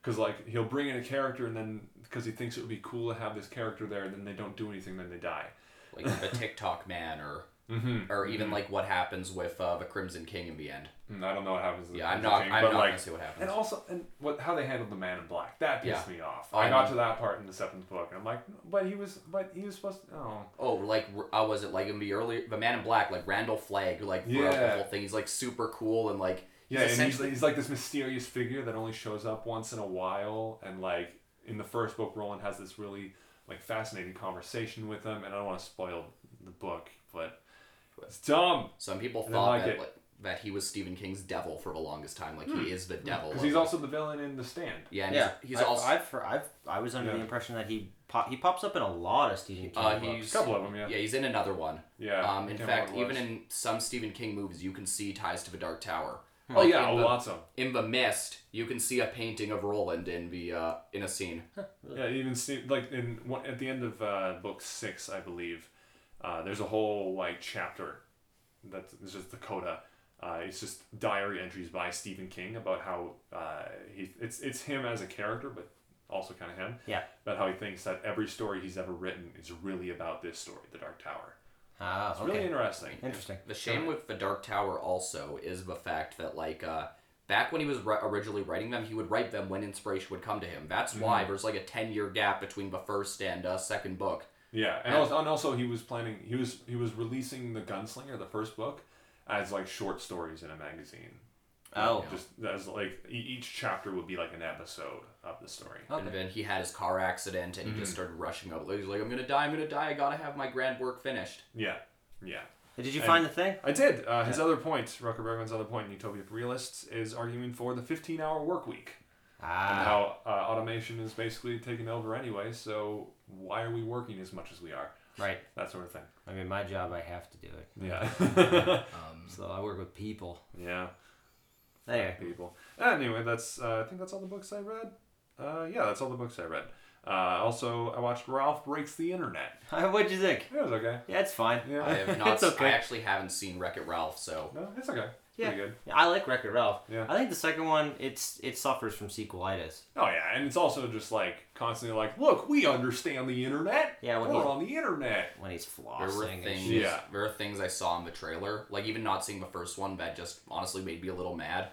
Speaker 1: Because like he'll bring in a character and then because he thinks it would be cool to have this character there, and then they don't do anything, then they die.
Speaker 4: like the TikTok Man, or
Speaker 1: Mm-hmm.
Speaker 4: or even like what happens with uh, the Crimson King in the end.
Speaker 1: Mm, I don't know what happens. in the
Speaker 4: Yeah, I'm
Speaker 1: Crimson
Speaker 4: not.
Speaker 1: King,
Speaker 4: I'm
Speaker 1: but,
Speaker 4: not
Speaker 1: like,
Speaker 4: gonna see what happens.
Speaker 1: And also, and what how they handled the Man in Black that pissed
Speaker 4: Yeah.
Speaker 1: me off.
Speaker 4: Oh,
Speaker 1: I
Speaker 4: I
Speaker 1: got
Speaker 4: know.
Speaker 1: to that part in the seventh book, and I'm like, but he was, but he was supposed to. Oh,
Speaker 4: Oh, like I was it like in the early the Man in Black, like Randall Flagg, who like wrote the
Speaker 1: Yeah.
Speaker 4: whole thing. He's like super cool and like he's
Speaker 1: Yeah, and he's,
Speaker 4: essentially
Speaker 1: like- he's like this mysterious figure that only shows up once in a while, and like in the first book, Roland has this really like fascinating conversation with him, and I don't want to spoil the book, but it's dumb
Speaker 4: some people
Speaker 1: and I
Speaker 4: thought
Speaker 1: like
Speaker 4: that
Speaker 1: it. Hmm.
Speaker 4: like, that he was Stephen King's devil for the longest time. Like he is the devil.
Speaker 1: because
Speaker 4: of-
Speaker 1: he's also the villain in The Stand.
Speaker 4: yeah, and
Speaker 3: yeah.
Speaker 4: he's, he's
Speaker 3: I,
Speaker 4: also
Speaker 3: I've, I've, I was under
Speaker 1: Yeah.
Speaker 3: the impression that he pop, he pops up in a lot of Stephen King
Speaker 4: uh,
Speaker 3: books.
Speaker 1: A
Speaker 4: he's
Speaker 1: couple of them, yeah.
Speaker 4: yeah he's in another one.
Speaker 1: Yeah,
Speaker 4: Um,
Speaker 1: I
Speaker 4: in
Speaker 1: can't
Speaker 4: fact,
Speaker 1: remember what
Speaker 4: even
Speaker 1: it was.
Speaker 4: in some Stephen King movies, you can see ties to the Dark Tower.
Speaker 1: oh yeah,
Speaker 4: in
Speaker 1: oh,
Speaker 4: the,
Speaker 1: lots of 'em.
Speaker 4: in the mist, you can see a painting of Roland in the uh, in a scene.
Speaker 1: Yeah, even see like in one, at the end of uh, book six, I believe, uh, there's a whole like chapter that's it's just the coda. Uh, it's just diary entries by Stephen King about how uh, he it's it's him as a character, but also kind of him.
Speaker 3: Yeah.
Speaker 1: About how he thinks that every story he's ever written is really about this story, the Dark Tower.
Speaker 3: ah,
Speaker 1: It's
Speaker 3: okay.
Speaker 1: really interesting.
Speaker 3: Interesting.
Speaker 4: The shame with the Dark Tower also is the fact that like uh, back when he was ri- originally writing them, he would write them when inspiration would come to him. That's
Speaker 1: Mm-hmm.
Speaker 4: why there's like a ten year gap between the first and uh, second book.
Speaker 1: Yeah, and also, and also he was planning he was he was releasing the Gunslinger, the first book, as like short stories in a magazine.
Speaker 3: Oh.
Speaker 1: just as like e- each chapter would be like an episode of the story.
Speaker 4: And then he had his car accident and he just started rushing up. He was like, "I'm gonna die! I'm gonna die! I gotta have my grand work finished."
Speaker 1: Yeah, yeah.
Speaker 3: Did you
Speaker 1: And-
Speaker 3: find the thing?
Speaker 1: I did. Uh, his other point, Rucker Bergman's other point in Utopia for Realists, is arguing for the 15 hour work week and
Speaker 3: Ah.
Speaker 1: how uh, automation is basically taking over anyway, so why are we working as much as we are?
Speaker 3: Right.
Speaker 1: That sort of thing.
Speaker 3: I mean, my job, I have to do it.
Speaker 1: Yeah.
Speaker 3: So I work with people.
Speaker 1: yeah,
Speaker 3: Anyway.
Speaker 1: people. Anyway, that's uh, I think that's all the books I read. Uh, yeah, that's all the books I read. Uh, also, I watched Ralph Breaks the Internet.
Speaker 3: What'd you think?
Speaker 1: It was okay.
Speaker 3: Yeah, it's fine.
Speaker 1: Yeah.
Speaker 4: I have not.
Speaker 3: It's okay.
Speaker 4: I actually haven't seen Wreck It Ralph, so
Speaker 1: No, it's okay.
Speaker 3: Yeah.
Speaker 1: Pretty good.
Speaker 3: I like Wreck-It Ralph.
Speaker 1: Yeah.
Speaker 3: I think the second one, it's it suffers from sequelitis.
Speaker 1: Oh yeah, and it's also just like constantly like, look, we understand the internet.
Speaker 3: Yeah,
Speaker 1: we're
Speaker 3: when you-
Speaker 1: on the internet.
Speaker 3: when he's
Speaker 4: there were
Speaker 3: flossing. And
Speaker 4: things.
Speaker 3: shit.
Speaker 1: Yeah.
Speaker 4: There are things I saw in the trailer, like even not seeing the first one, that just honestly made me a little mad.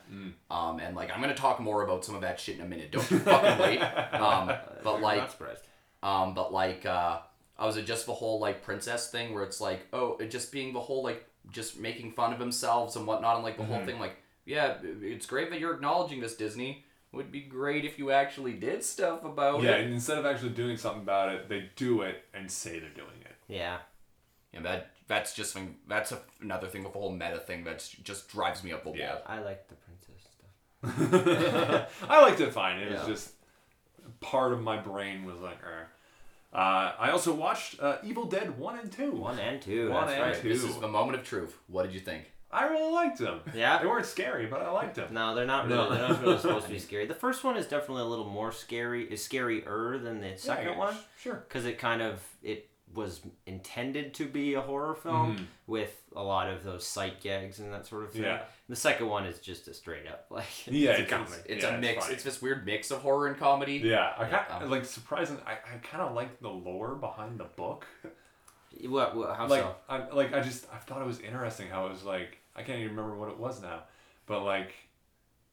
Speaker 4: Um, and like I'm gonna talk more about some of that shit in a minute. Don't you fucking wait. Um, but
Speaker 3: I'm
Speaker 4: like,
Speaker 3: not surprised.
Speaker 4: um, but like, uh, I was it just the whole like princess thing
Speaker 1: Mm-hmm.
Speaker 4: where it's like, oh, it just being the whole like just making fun of themselves and whatnot, and like the whole thing like. yeah, it's great that you're acknowledging this, Disney. Would be great if you actually did stuff about
Speaker 1: yeah,
Speaker 4: it.
Speaker 1: and instead of actually doing something about it, they do it and say they're doing it.
Speaker 3: Yeah.
Speaker 4: And that that's just something that's a, another thing with the whole meta thing that's just drives me up the wall.
Speaker 1: Yeah.
Speaker 3: I like the princess stuff.
Speaker 1: I liked it fine. It was
Speaker 4: Yeah.
Speaker 1: just part of my brain was like, "Er." uh, I also watched uh, Evil Dead One and Two.
Speaker 3: One and two.
Speaker 1: One
Speaker 3: that's
Speaker 1: and
Speaker 3: right.
Speaker 1: two.
Speaker 4: This is the moment of truth. What did you think?
Speaker 1: I really liked them.
Speaker 3: Yeah.
Speaker 1: they weren't scary, but I liked them.
Speaker 3: No, they're not really.
Speaker 1: No.
Speaker 3: They're not really supposed to be scary. The first one is definitely a little more scary. Is scarier than the second
Speaker 1: Yeah,
Speaker 3: one
Speaker 1: sure.
Speaker 3: because it kind of it was intended to be a horror film with a lot of those sight gags and that sort of thing.
Speaker 1: Mm-hmm. Yeah.
Speaker 3: The second one is just a straight up like.
Speaker 1: Yeah,
Speaker 3: it's a
Speaker 1: it's-
Speaker 3: comedy.
Speaker 4: It's
Speaker 1: Yeah,
Speaker 4: a
Speaker 1: it's
Speaker 4: mix.
Speaker 1: funny.
Speaker 4: It's, this weird mix of horror and comedy.
Speaker 1: Yeah, I
Speaker 4: Yeah,
Speaker 1: kind
Speaker 4: um,
Speaker 1: like surprising. I, I kind of liked the lore behind the book.
Speaker 3: What, what? How
Speaker 1: Like
Speaker 3: so?
Speaker 1: I like I just I thought it was interesting how it was like I can't even remember what it was now, but like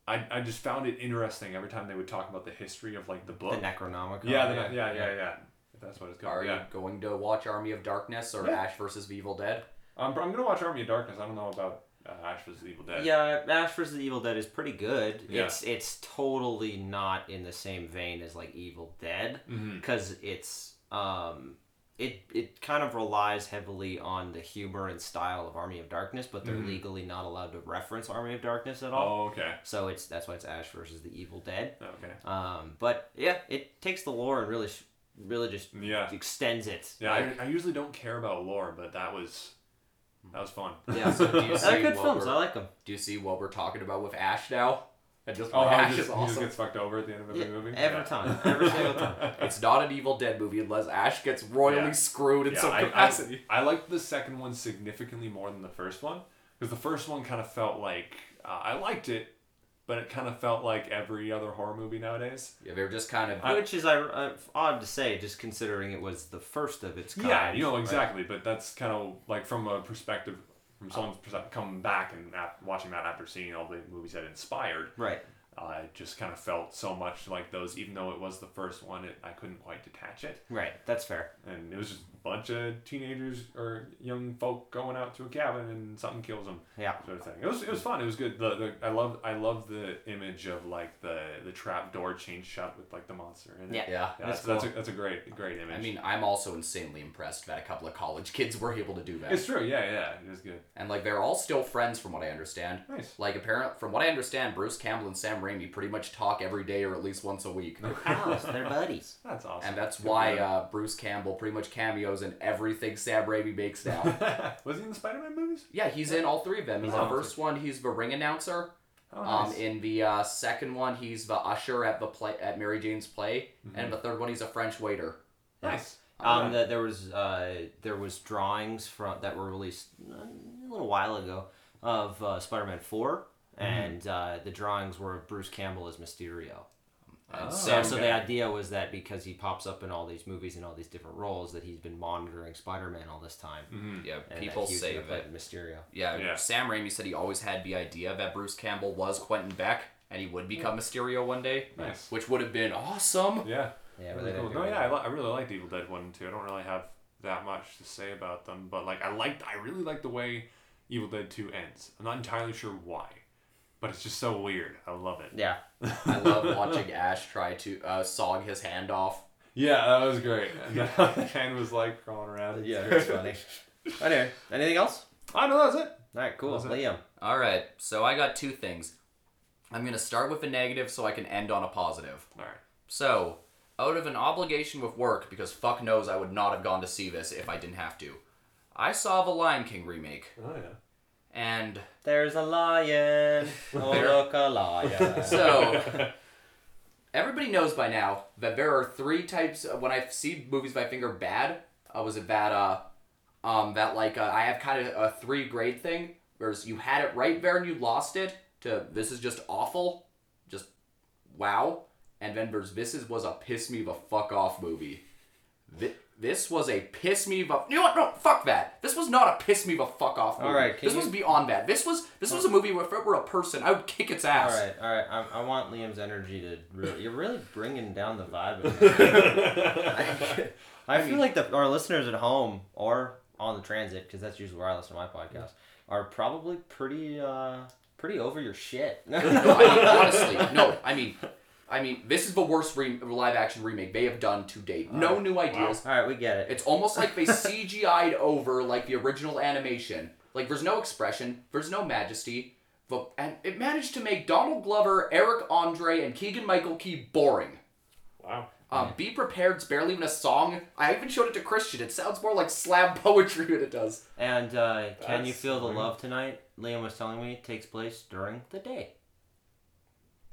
Speaker 1: I I just found it interesting every time they would talk about the history of like the
Speaker 3: The
Speaker 1: book.
Speaker 3: Necronomicon.
Speaker 1: yeah, the, yeah, yeah, yeah, If that's what it's
Speaker 4: Are
Speaker 1: called. Yeah.
Speaker 4: you going to watch Army of Darkness or
Speaker 1: Yeah.
Speaker 4: Ash versus the Evil Dead?
Speaker 1: Um, but I'm gonna watch Army of Darkness. I don't know about uh, Ash vs. Evil Dead.
Speaker 3: Yeah, Ash vs. the Evil Dead is pretty good.
Speaker 1: Yeah.
Speaker 3: It's it's totally not in the same vein as like Evil Dead
Speaker 1: Mhm.
Speaker 3: because it's um it it kind of relies heavily on the humor and style of Army of Darkness, but they're
Speaker 1: Mhm.
Speaker 3: legally not allowed to reference Army of Darkness at all.
Speaker 1: Oh, okay.
Speaker 3: So it's that's why it's Ash versus the Evil Dead.
Speaker 1: Okay.
Speaker 3: Um, but yeah, it takes the lore and really sh- really just
Speaker 1: Yeah.
Speaker 3: extends it.
Speaker 1: Yeah.
Speaker 3: Like,
Speaker 1: I, I usually don't care about lore, but that was that was fun.
Speaker 3: yeah.
Speaker 4: So do you
Speaker 3: they're
Speaker 4: see
Speaker 3: good
Speaker 4: what
Speaker 3: films.
Speaker 4: we're-
Speaker 3: I like them.
Speaker 4: Do you see what we're talking about with Ash now? At this
Speaker 1: Oh,
Speaker 4: point,
Speaker 1: how
Speaker 4: Ash
Speaker 1: he just,
Speaker 4: is
Speaker 1: he just
Speaker 4: awesome.
Speaker 1: gets fucked over at the end of every
Speaker 3: Yeah,
Speaker 1: movie.
Speaker 3: every
Speaker 1: Yeah.
Speaker 3: time, every single time.
Speaker 4: It's not an Evil Dead movie unless Ash gets royally
Speaker 1: Yeah.
Speaker 4: screwed in
Speaker 1: Yeah,
Speaker 4: some
Speaker 1: I- I-
Speaker 4: capacity.
Speaker 1: I liked the second one significantly more than the first one because the first one kind of felt like uh, I liked it, but it kind of felt like every other horror movie nowadays.
Speaker 4: yeah, they were just kind of.
Speaker 3: Which is ir- uh, odd to say, just considering it was the first of its kind.
Speaker 1: yeah, you know
Speaker 3: right?
Speaker 1: exactly. But that's kind of like from a perspective, from someone's perspective, coming back and ap- watching that after seeing all the movies that inspired.
Speaker 3: Right.
Speaker 1: Uh, it just kind of felt so much like those, even though it was the first one. It, I couldn't quite detach it,
Speaker 3: Right. That's fair.
Speaker 1: and it was just a bunch of teenagers or young folk going out to a cabin, and something kills them.
Speaker 3: Yeah.
Speaker 1: sort of thing. It was it was fun. It was good. The, the I love I love the image of like the the trap door chain shut with like the monster in it.
Speaker 3: Yeah.
Speaker 4: yeah.
Speaker 1: Yeah,
Speaker 3: That's
Speaker 1: that's that's, a, that's a great great image.
Speaker 4: I mean, I'm also insanely impressed that a couple of college kids were able to do that.
Speaker 1: it's true. Yeah, yeah, it is good.
Speaker 4: and, like, they're all still friends from what I understand.
Speaker 1: Nice.
Speaker 4: Like, apparent from what I understand, Bruce Campbell and Sam Raimi pretty much talk every day or at least once a week.
Speaker 3: Pals, they're buddies.
Speaker 1: That's awesome.
Speaker 4: and that's
Speaker 1: Good
Speaker 4: why
Speaker 1: for
Speaker 4: uh, Bruce Campbell pretty much cameos in everything Sam Raimi makes now.
Speaker 1: them. was he in the Spider Man movies?
Speaker 4: yeah, he's in all three of them. In the
Speaker 1: Wow.
Speaker 4: first one, he's the ring announcer.
Speaker 1: Oh,
Speaker 4: Um,
Speaker 1: nice.
Speaker 4: in the uh, second one, he's the usher at the play at Mary Jane's play, and the third one, he's a French waiter.
Speaker 1: nice.
Speaker 3: Um, the, there was uh, there was drawings from that were released uh, a little while ago of uh, Spider-Man 4 and uh, the drawings were of Bruce Campbell as Mysterio.
Speaker 4: And
Speaker 1: Oh,
Speaker 3: So,
Speaker 4: Sam,
Speaker 3: so
Speaker 1: okay.
Speaker 3: the idea was that because he pops up in all these movies and all these different roles, that he's been monitoring Spider-Man all this time.
Speaker 4: yeah,
Speaker 3: and that
Speaker 4: people
Speaker 3: he was
Speaker 4: say
Speaker 3: gonna play
Speaker 4: that.
Speaker 3: Mysterio.
Speaker 4: Yeah,
Speaker 1: Yeah.
Speaker 4: Sam Raimi said he always had the idea that Bruce Campbell was Quentin Beck and he would become Mysterio one day,
Speaker 1: Nice.
Speaker 4: which would have been awesome.
Speaker 1: Yeah.
Speaker 3: Yeah, but
Speaker 1: Really
Speaker 3: they
Speaker 1: cool.
Speaker 3: didn't do
Speaker 1: No,
Speaker 3: it.
Speaker 1: yeah, I, li- I really liked Evil Dead One and Two. I don't really have that much to say about them, but like I liked, I really like the way Evil Dead Two ends. I'm not entirely sure why, but it's just so weird. I love it.
Speaker 3: Yeah.
Speaker 4: I love watching Ash try to uh, sog his hand off.
Speaker 1: Yeah, that was great. And then the hand was like crawling around.
Speaker 3: anyway, anything else?
Speaker 1: I know that's it.
Speaker 3: All right, cool.
Speaker 1: Was it?
Speaker 3: Liam.
Speaker 4: All right, so I got two things. I'm gonna start with a negative so I can end on a positive.
Speaker 1: All right.
Speaker 4: So, out of an obligation with work, because fuck knows I would not have gone to see this if I didn't have to, I saw the Lion King remake.
Speaker 1: Oh yeah.
Speaker 4: And
Speaker 3: There's a lion. Oh, look, a lion.
Speaker 4: so, everybody knows by now that there are three types. when I see movies by finger bad, uh, was it bad? Uh, um, that like uh, I have kind of a three grade thing. Whereas you had it right there and you lost it. To this is just awful, just wow. And then there's this is was a piss me the fuck off movie. Thi- This was a piss me the you know what no fuck that this was not a piss me the fuck off movie.
Speaker 3: right, can
Speaker 4: this
Speaker 3: you-
Speaker 4: was beyond that. This was this was a movie where if it were a person I would kick its ass.
Speaker 3: all right, all right. I, I want Liam's energy to. Really, you're really bringing down the vibe. of it. I, I feel like the, our listeners at home or on the transit, because that's usually where I listen to my podcast, are probably pretty uh, pretty over your shit.
Speaker 4: No, I mean, honestly, no. I mean, I mean, this is the worst re- live action remake they have done to date. No new ideas.
Speaker 3: All right, we get it.
Speaker 4: It's almost like they CGI'd over like the original animation. Like there's no expression, there's no majesty, but and it managed to make Donald Glover, Eric Andre, and Keegan Michael Key boring.
Speaker 6: Wow.
Speaker 4: Um, Be prepared's barely even a song. I even showed it to Christian. It sounds more like slab poetry than it does.
Speaker 3: And uh, can you
Speaker 6: That's
Speaker 3: feel the
Speaker 6: weird.
Speaker 3: love tonight? Liam was telling me takes place during the day.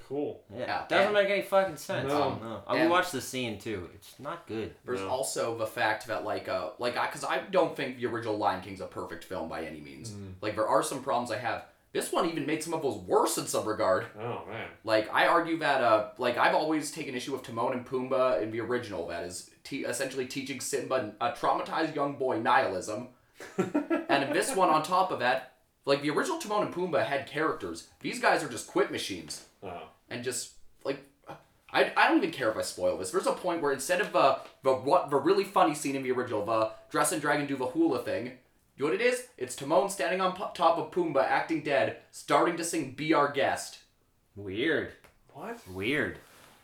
Speaker 6: Cool.
Speaker 3: Yeah,
Speaker 4: Yeah,
Speaker 3: doesn't
Speaker 4: and-
Speaker 3: make any fucking sense.
Speaker 6: No.
Speaker 3: no. I
Speaker 4: And-
Speaker 3: watched the scene too. It's not good.
Speaker 4: There's
Speaker 6: No.
Speaker 4: also the fact that like uh like I because I don't think the original Lion King's a perfect film by any means. Like there are some problems I have. This one even made some of those worse in some regard.
Speaker 6: Oh man.
Speaker 4: Like I argue that uh like I've always taken issue with Timon and Pumbaa in the original that is te- essentially teaching Simba a traumatized young boy nihilism. and in this one on top of that, like the original Timon and Pumbaa had characters. These guys are just quit machines
Speaker 6: Oh.
Speaker 4: and just like I, I don't even care if I spoil this. There's a point where instead of uh, the what the really funny scene in the original, the dress and dragon do the hula thing, you know what it is? It's Timon standing on po- top of Pumbaa, acting dead, starting to sing "Be Our Guest."
Speaker 3: Weird.
Speaker 6: What?
Speaker 3: Weird.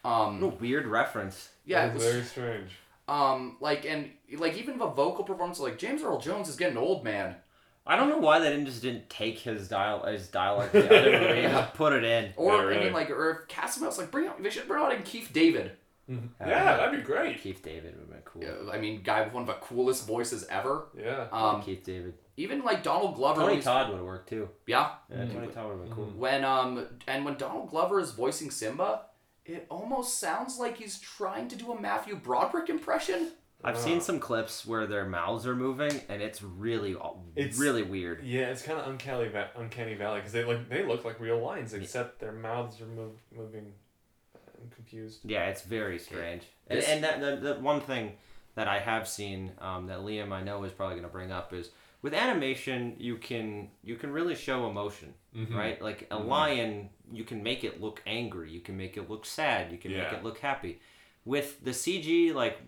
Speaker 4: Um,
Speaker 3: What a weird reference.
Speaker 4: yeah,
Speaker 6: That
Speaker 4: it
Speaker 6: is
Speaker 4: was-
Speaker 6: very strange.
Speaker 4: um, like and like even the vocal performance, like James Earl Jones is getting old, man.
Speaker 3: I don't know why they didn't just didn't take his dial his dialect the other way and just put it in.
Speaker 4: Or
Speaker 6: Yeah,
Speaker 4: I
Speaker 6: really.
Speaker 4: mean, like or if cast him out, it's like bring out, they should bring out in Keith David.
Speaker 1: Mm-hmm.
Speaker 6: Yeah, that'd be great.
Speaker 3: Keith David would have been cool.
Speaker 4: Uh, I mean, guy with one of the coolest voices ever.
Speaker 6: Yeah.
Speaker 4: Um,
Speaker 3: Keith David.
Speaker 4: even like Donald Glover. when
Speaker 3: Tony
Speaker 4: he's-
Speaker 3: Todd would have worked too.
Speaker 4: Yeah.
Speaker 3: Yeah, Tony Todd would have been cool.
Speaker 4: when um and when Donald Glover is voicing Simba, it almost sounds like he's trying to do a Matthew Broderick impression.
Speaker 3: I've seen some clips where their mouths are moving and it's really
Speaker 6: It's-
Speaker 3: really weird.
Speaker 6: Yeah, it's kind of uncanny, va- uncanny valley because they like they look like real lines except their mouths are mov- moving. I'm confused.
Speaker 3: Yeah, it's very strange.
Speaker 4: This-
Speaker 3: And, and that, the, the one thing that I have seen um, that Liam I know is probably going to bring up is with animation you can you can really show emotion,
Speaker 1: Mm-hmm.
Speaker 3: right? Like a lion, you can make it look angry, you can make it look sad, you can
Speaker 1: Yeah.
Speaker 3: make it look happy. With the CG like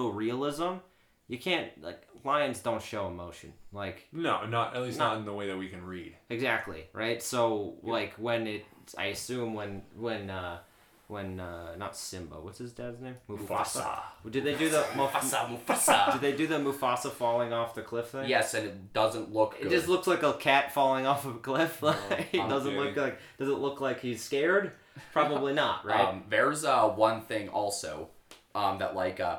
Speaker 3: photorealism, you can't like lions don't show emotion. Like
Speaker 1: No, not at least not in the way that we can read.
Speaker 3: Exactly, right? So like when it I assume when when uh when uh not Simba, what's his dad's name?
Speaker 1: Mufasa.
Speaker 3: Did they do the Mufasa?
Speaker 4: Mufasa, Mufasa.
Speaker 3: Did they do the Mufasa falling off the cliff thing?
Speaker 4: yes, and it doesn't look
Speaker 3: It
Speaker 4: good.
Speaker 3: just looks like a cat falling off of a cliff. Like, it
Speaker 4: I'm
Speaker 3: doesn't look
Speaker 1: kidding.
Speaker 3: like does it look like he's scared? Probably not, right?
Speaker 4: Um, there's uh, one thing also um, that like uh,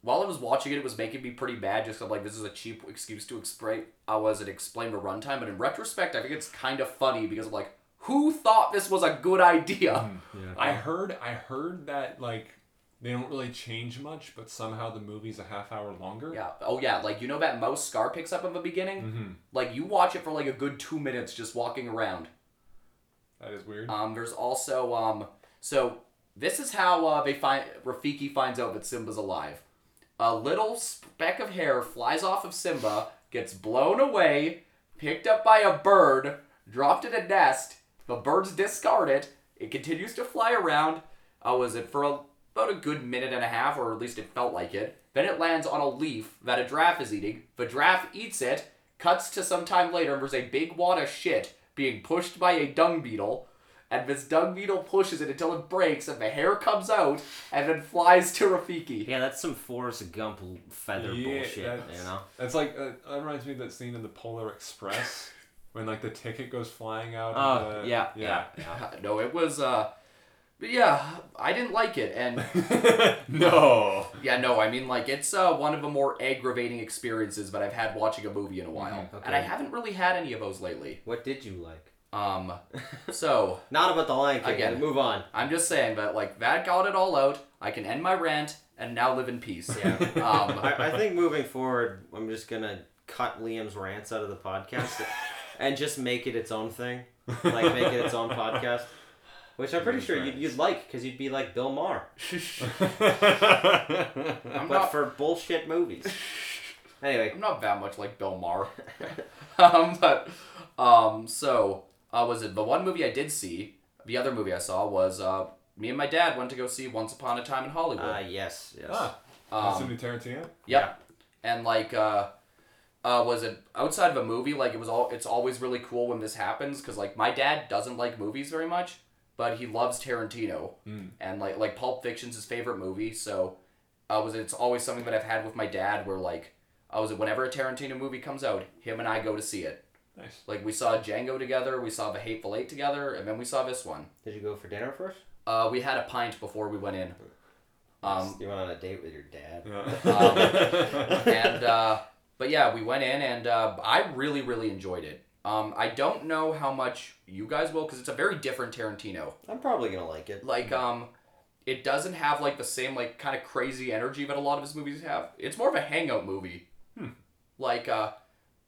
Speaker 4: while I was watching it, it was making me pretty mad. Just 'cause I'm like this is a cheap excuse to explain. I was it explain the runtime, but in retrospect, I think it's kind of funny because I'm like, who thought this was a good idea?
Speaker 1: I heard I heard that like they don't really change much, but somehow the movie's a half hour longer.
Speaker 4: Yeah. Oh yeah. Like you know that mouse Scar picks up in the beginning.
Speaker 1: Mm-hmm.
Speaker 4: Like you watch it for like a good two minutes just walking around.
Speaker 1: That is weird.
Speaker 4: Um, there's also um, so this is how uh, they find Rafiki finds out that Simba's alive. A little speck of hair flies off of Simba, gets blown away, picked up by a bird, dropped in a nest. The birds discard it. It continues to fly around. Uh, was it for a, about a good minute and a half, or at least it felt like it? Then it lands on a leaf that a giraffe is eating. The giraffe eats it. Cuts to some time later, and there's a big wad of shit being pushed by a dung beetle. And this dung beetle pushes it until it breaks, and the hair comes out, and then flies to Rafiki.
Speaker 3: yeah, that's some Forrest Gump l- feather bullshit,
Speaker 1: that's,
Speaker 3: you know.
Speaker 1: That's like uh, that reminds me of that scene in the Polar Express when like the ticket goes flying out. of
Speaker 3: Oh,
Speaker 1: the-
Speaker 3: yeah,
Speaker 1: yeah.
Speaker 4: No, it was, uh, but yeah, I didn't like it, and
Speaker 1: no.
Speaker 4: yeah, no, I mean, like, it's, uh, one of the more aggravating experiences that I've had watching a movie in a while.
Speaker 3: Mm-hmm,
Speaker 4: And I haven't really had any of those lately.
Speaker 3: What did you like?
Speaker 4: Um, so,
Speaker 3: Not about the Lion King.
Speaker 4: Again.
Speaker 3: Move on.
Speaker 4: I'm just saying that, like, that got it all out. I can end my rant and now live in peace.
Speaker 3: Yeah.
Speaker 4: Um,
Speaker 3: I, I think moving forward, I'm just gonna cut Liam's rants out of the podcast and just make it its own thing, like make it its own podcast, which I'm pretty sure you'd, you'd like because you'd be like Bill Maher,
Speaker 4: I'm
Speaker 3: but
Speaker 4: not,
Speaker 3: for bullshit movies. Anyway,
Speaker 4: I'm not that much like Bill Maher. um, but um, so uh, was it the one movie I did see? The other movie I saw was uh, me and my dad went to go see Once Upon a Time in Hollywood.
Speaker 3: uh, yes, yes.
Speaker 1: Ah,
Speaker 4: Um,
Speaker 1: Cindy Tarantino.
Speaker 4: yep. And like, uh, uh, was it outside of a movie? Like it was all. It's always really cool when this happens because like my dad doesn't like movies very much, but he loves Tarantino
Speaker 1: Mm.
Speaker 4: and like like Pulp Fiction's his favorite movie. So, uh, was it's always something that I've had with my dad where like I was whenever a Tarantino movie comes out, him and I go to see it.
Speaker 1: Nice.
Speaker 4: Like we saw Django together, we saw The Hateful Eight together, and then we saw this one.
Speaker 3: Did you go for dinner first?
Speaker 4: Uh, we had a pint before we went in. Um,
Speaker 3: you went on a date with your dad. um,
Speaker 4: and uh, but yeah, we went in and uh, I really really enjoyed it. Um, I don't know how much you guys will because it's a very different Tarantino.
Speaker 3: I'm probably gonna like it.
Speaker 4: Like um, it doesn't have like the same like kind of crazy energy that a lot of his movies have. It's more of a hangout movie. Like uh,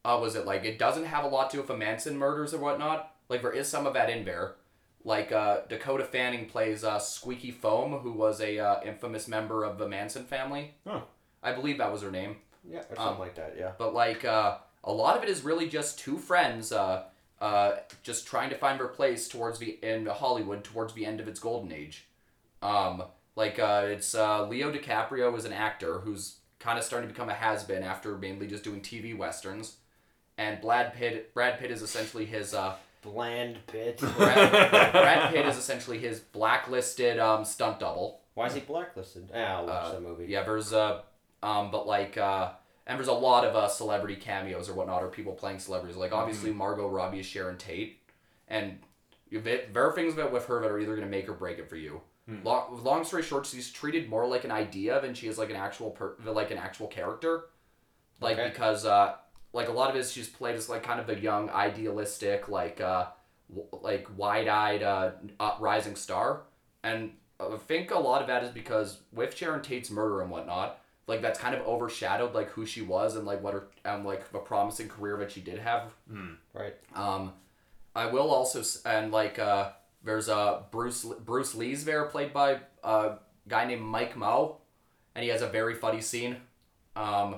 Speaker 4: uh, was it like it doesn't have a lot to if a Manson murders or whatnot. Like there is some of that in there. Like uh, Dakota Fanning plays uh, Squeaky Foam, who was a uh, infamous member of the Manson family.
Speaker 1: Oh.
Speaker 4: I believe that was her name
Speaker 3: Yeah, or something
Speaker 4: Um,
Speaker 3: like that. Yeah.
Speaker 4: but like uh, a lot of it is really just two friends uh, uh, just trying to find their place towards the end of hollywood towards the end of its golden age um, like uh, it's uh, leo dicaprio is an actor who's kind of starting to become a has-been after mainly just doing tv westerns and brad pitt brad pitt is essentially his uh,
Speaker 3: Bland pit.
Speaker 4: brad, brad pitt is essentially his blacklisted um, stunt double
Speaker 3: Why is he blacklisted? Ah, I'll watch
Speaker 4: uh,
Speaker 3: that movie.
Speaker 4: Yeah, there's uh, um, but like uh, and there's a lot of uh celebrity cameos or whatnot, or people playing celebrities. Like obviously Margot Robbie is Sharon Tate, and you- there there are things about with her that are either gonna make or break it for you. Lo- Long, story short, she's treated more like an idea than she is like an actual per- like an actual character, like
Speaker 3: Okay.
Speaker 4: because uh, like a lot of it, is she's played as like kind of a young, idealistic, like uh, w- like wide-eyed uh, uh, rising star, and I think a lot of that is because with Sharon Tate's murder and whatnot, like that's kind of overshadowed like who she was and like what her and like the promising career that she did have.
Speaker 3: Right.
Speaker 4: Um, I will also s- and like uh, there's uh, Bruce L- Bruce Lee's there played by uh, a guy named Mike Mao, and he has a very funny scene. Um,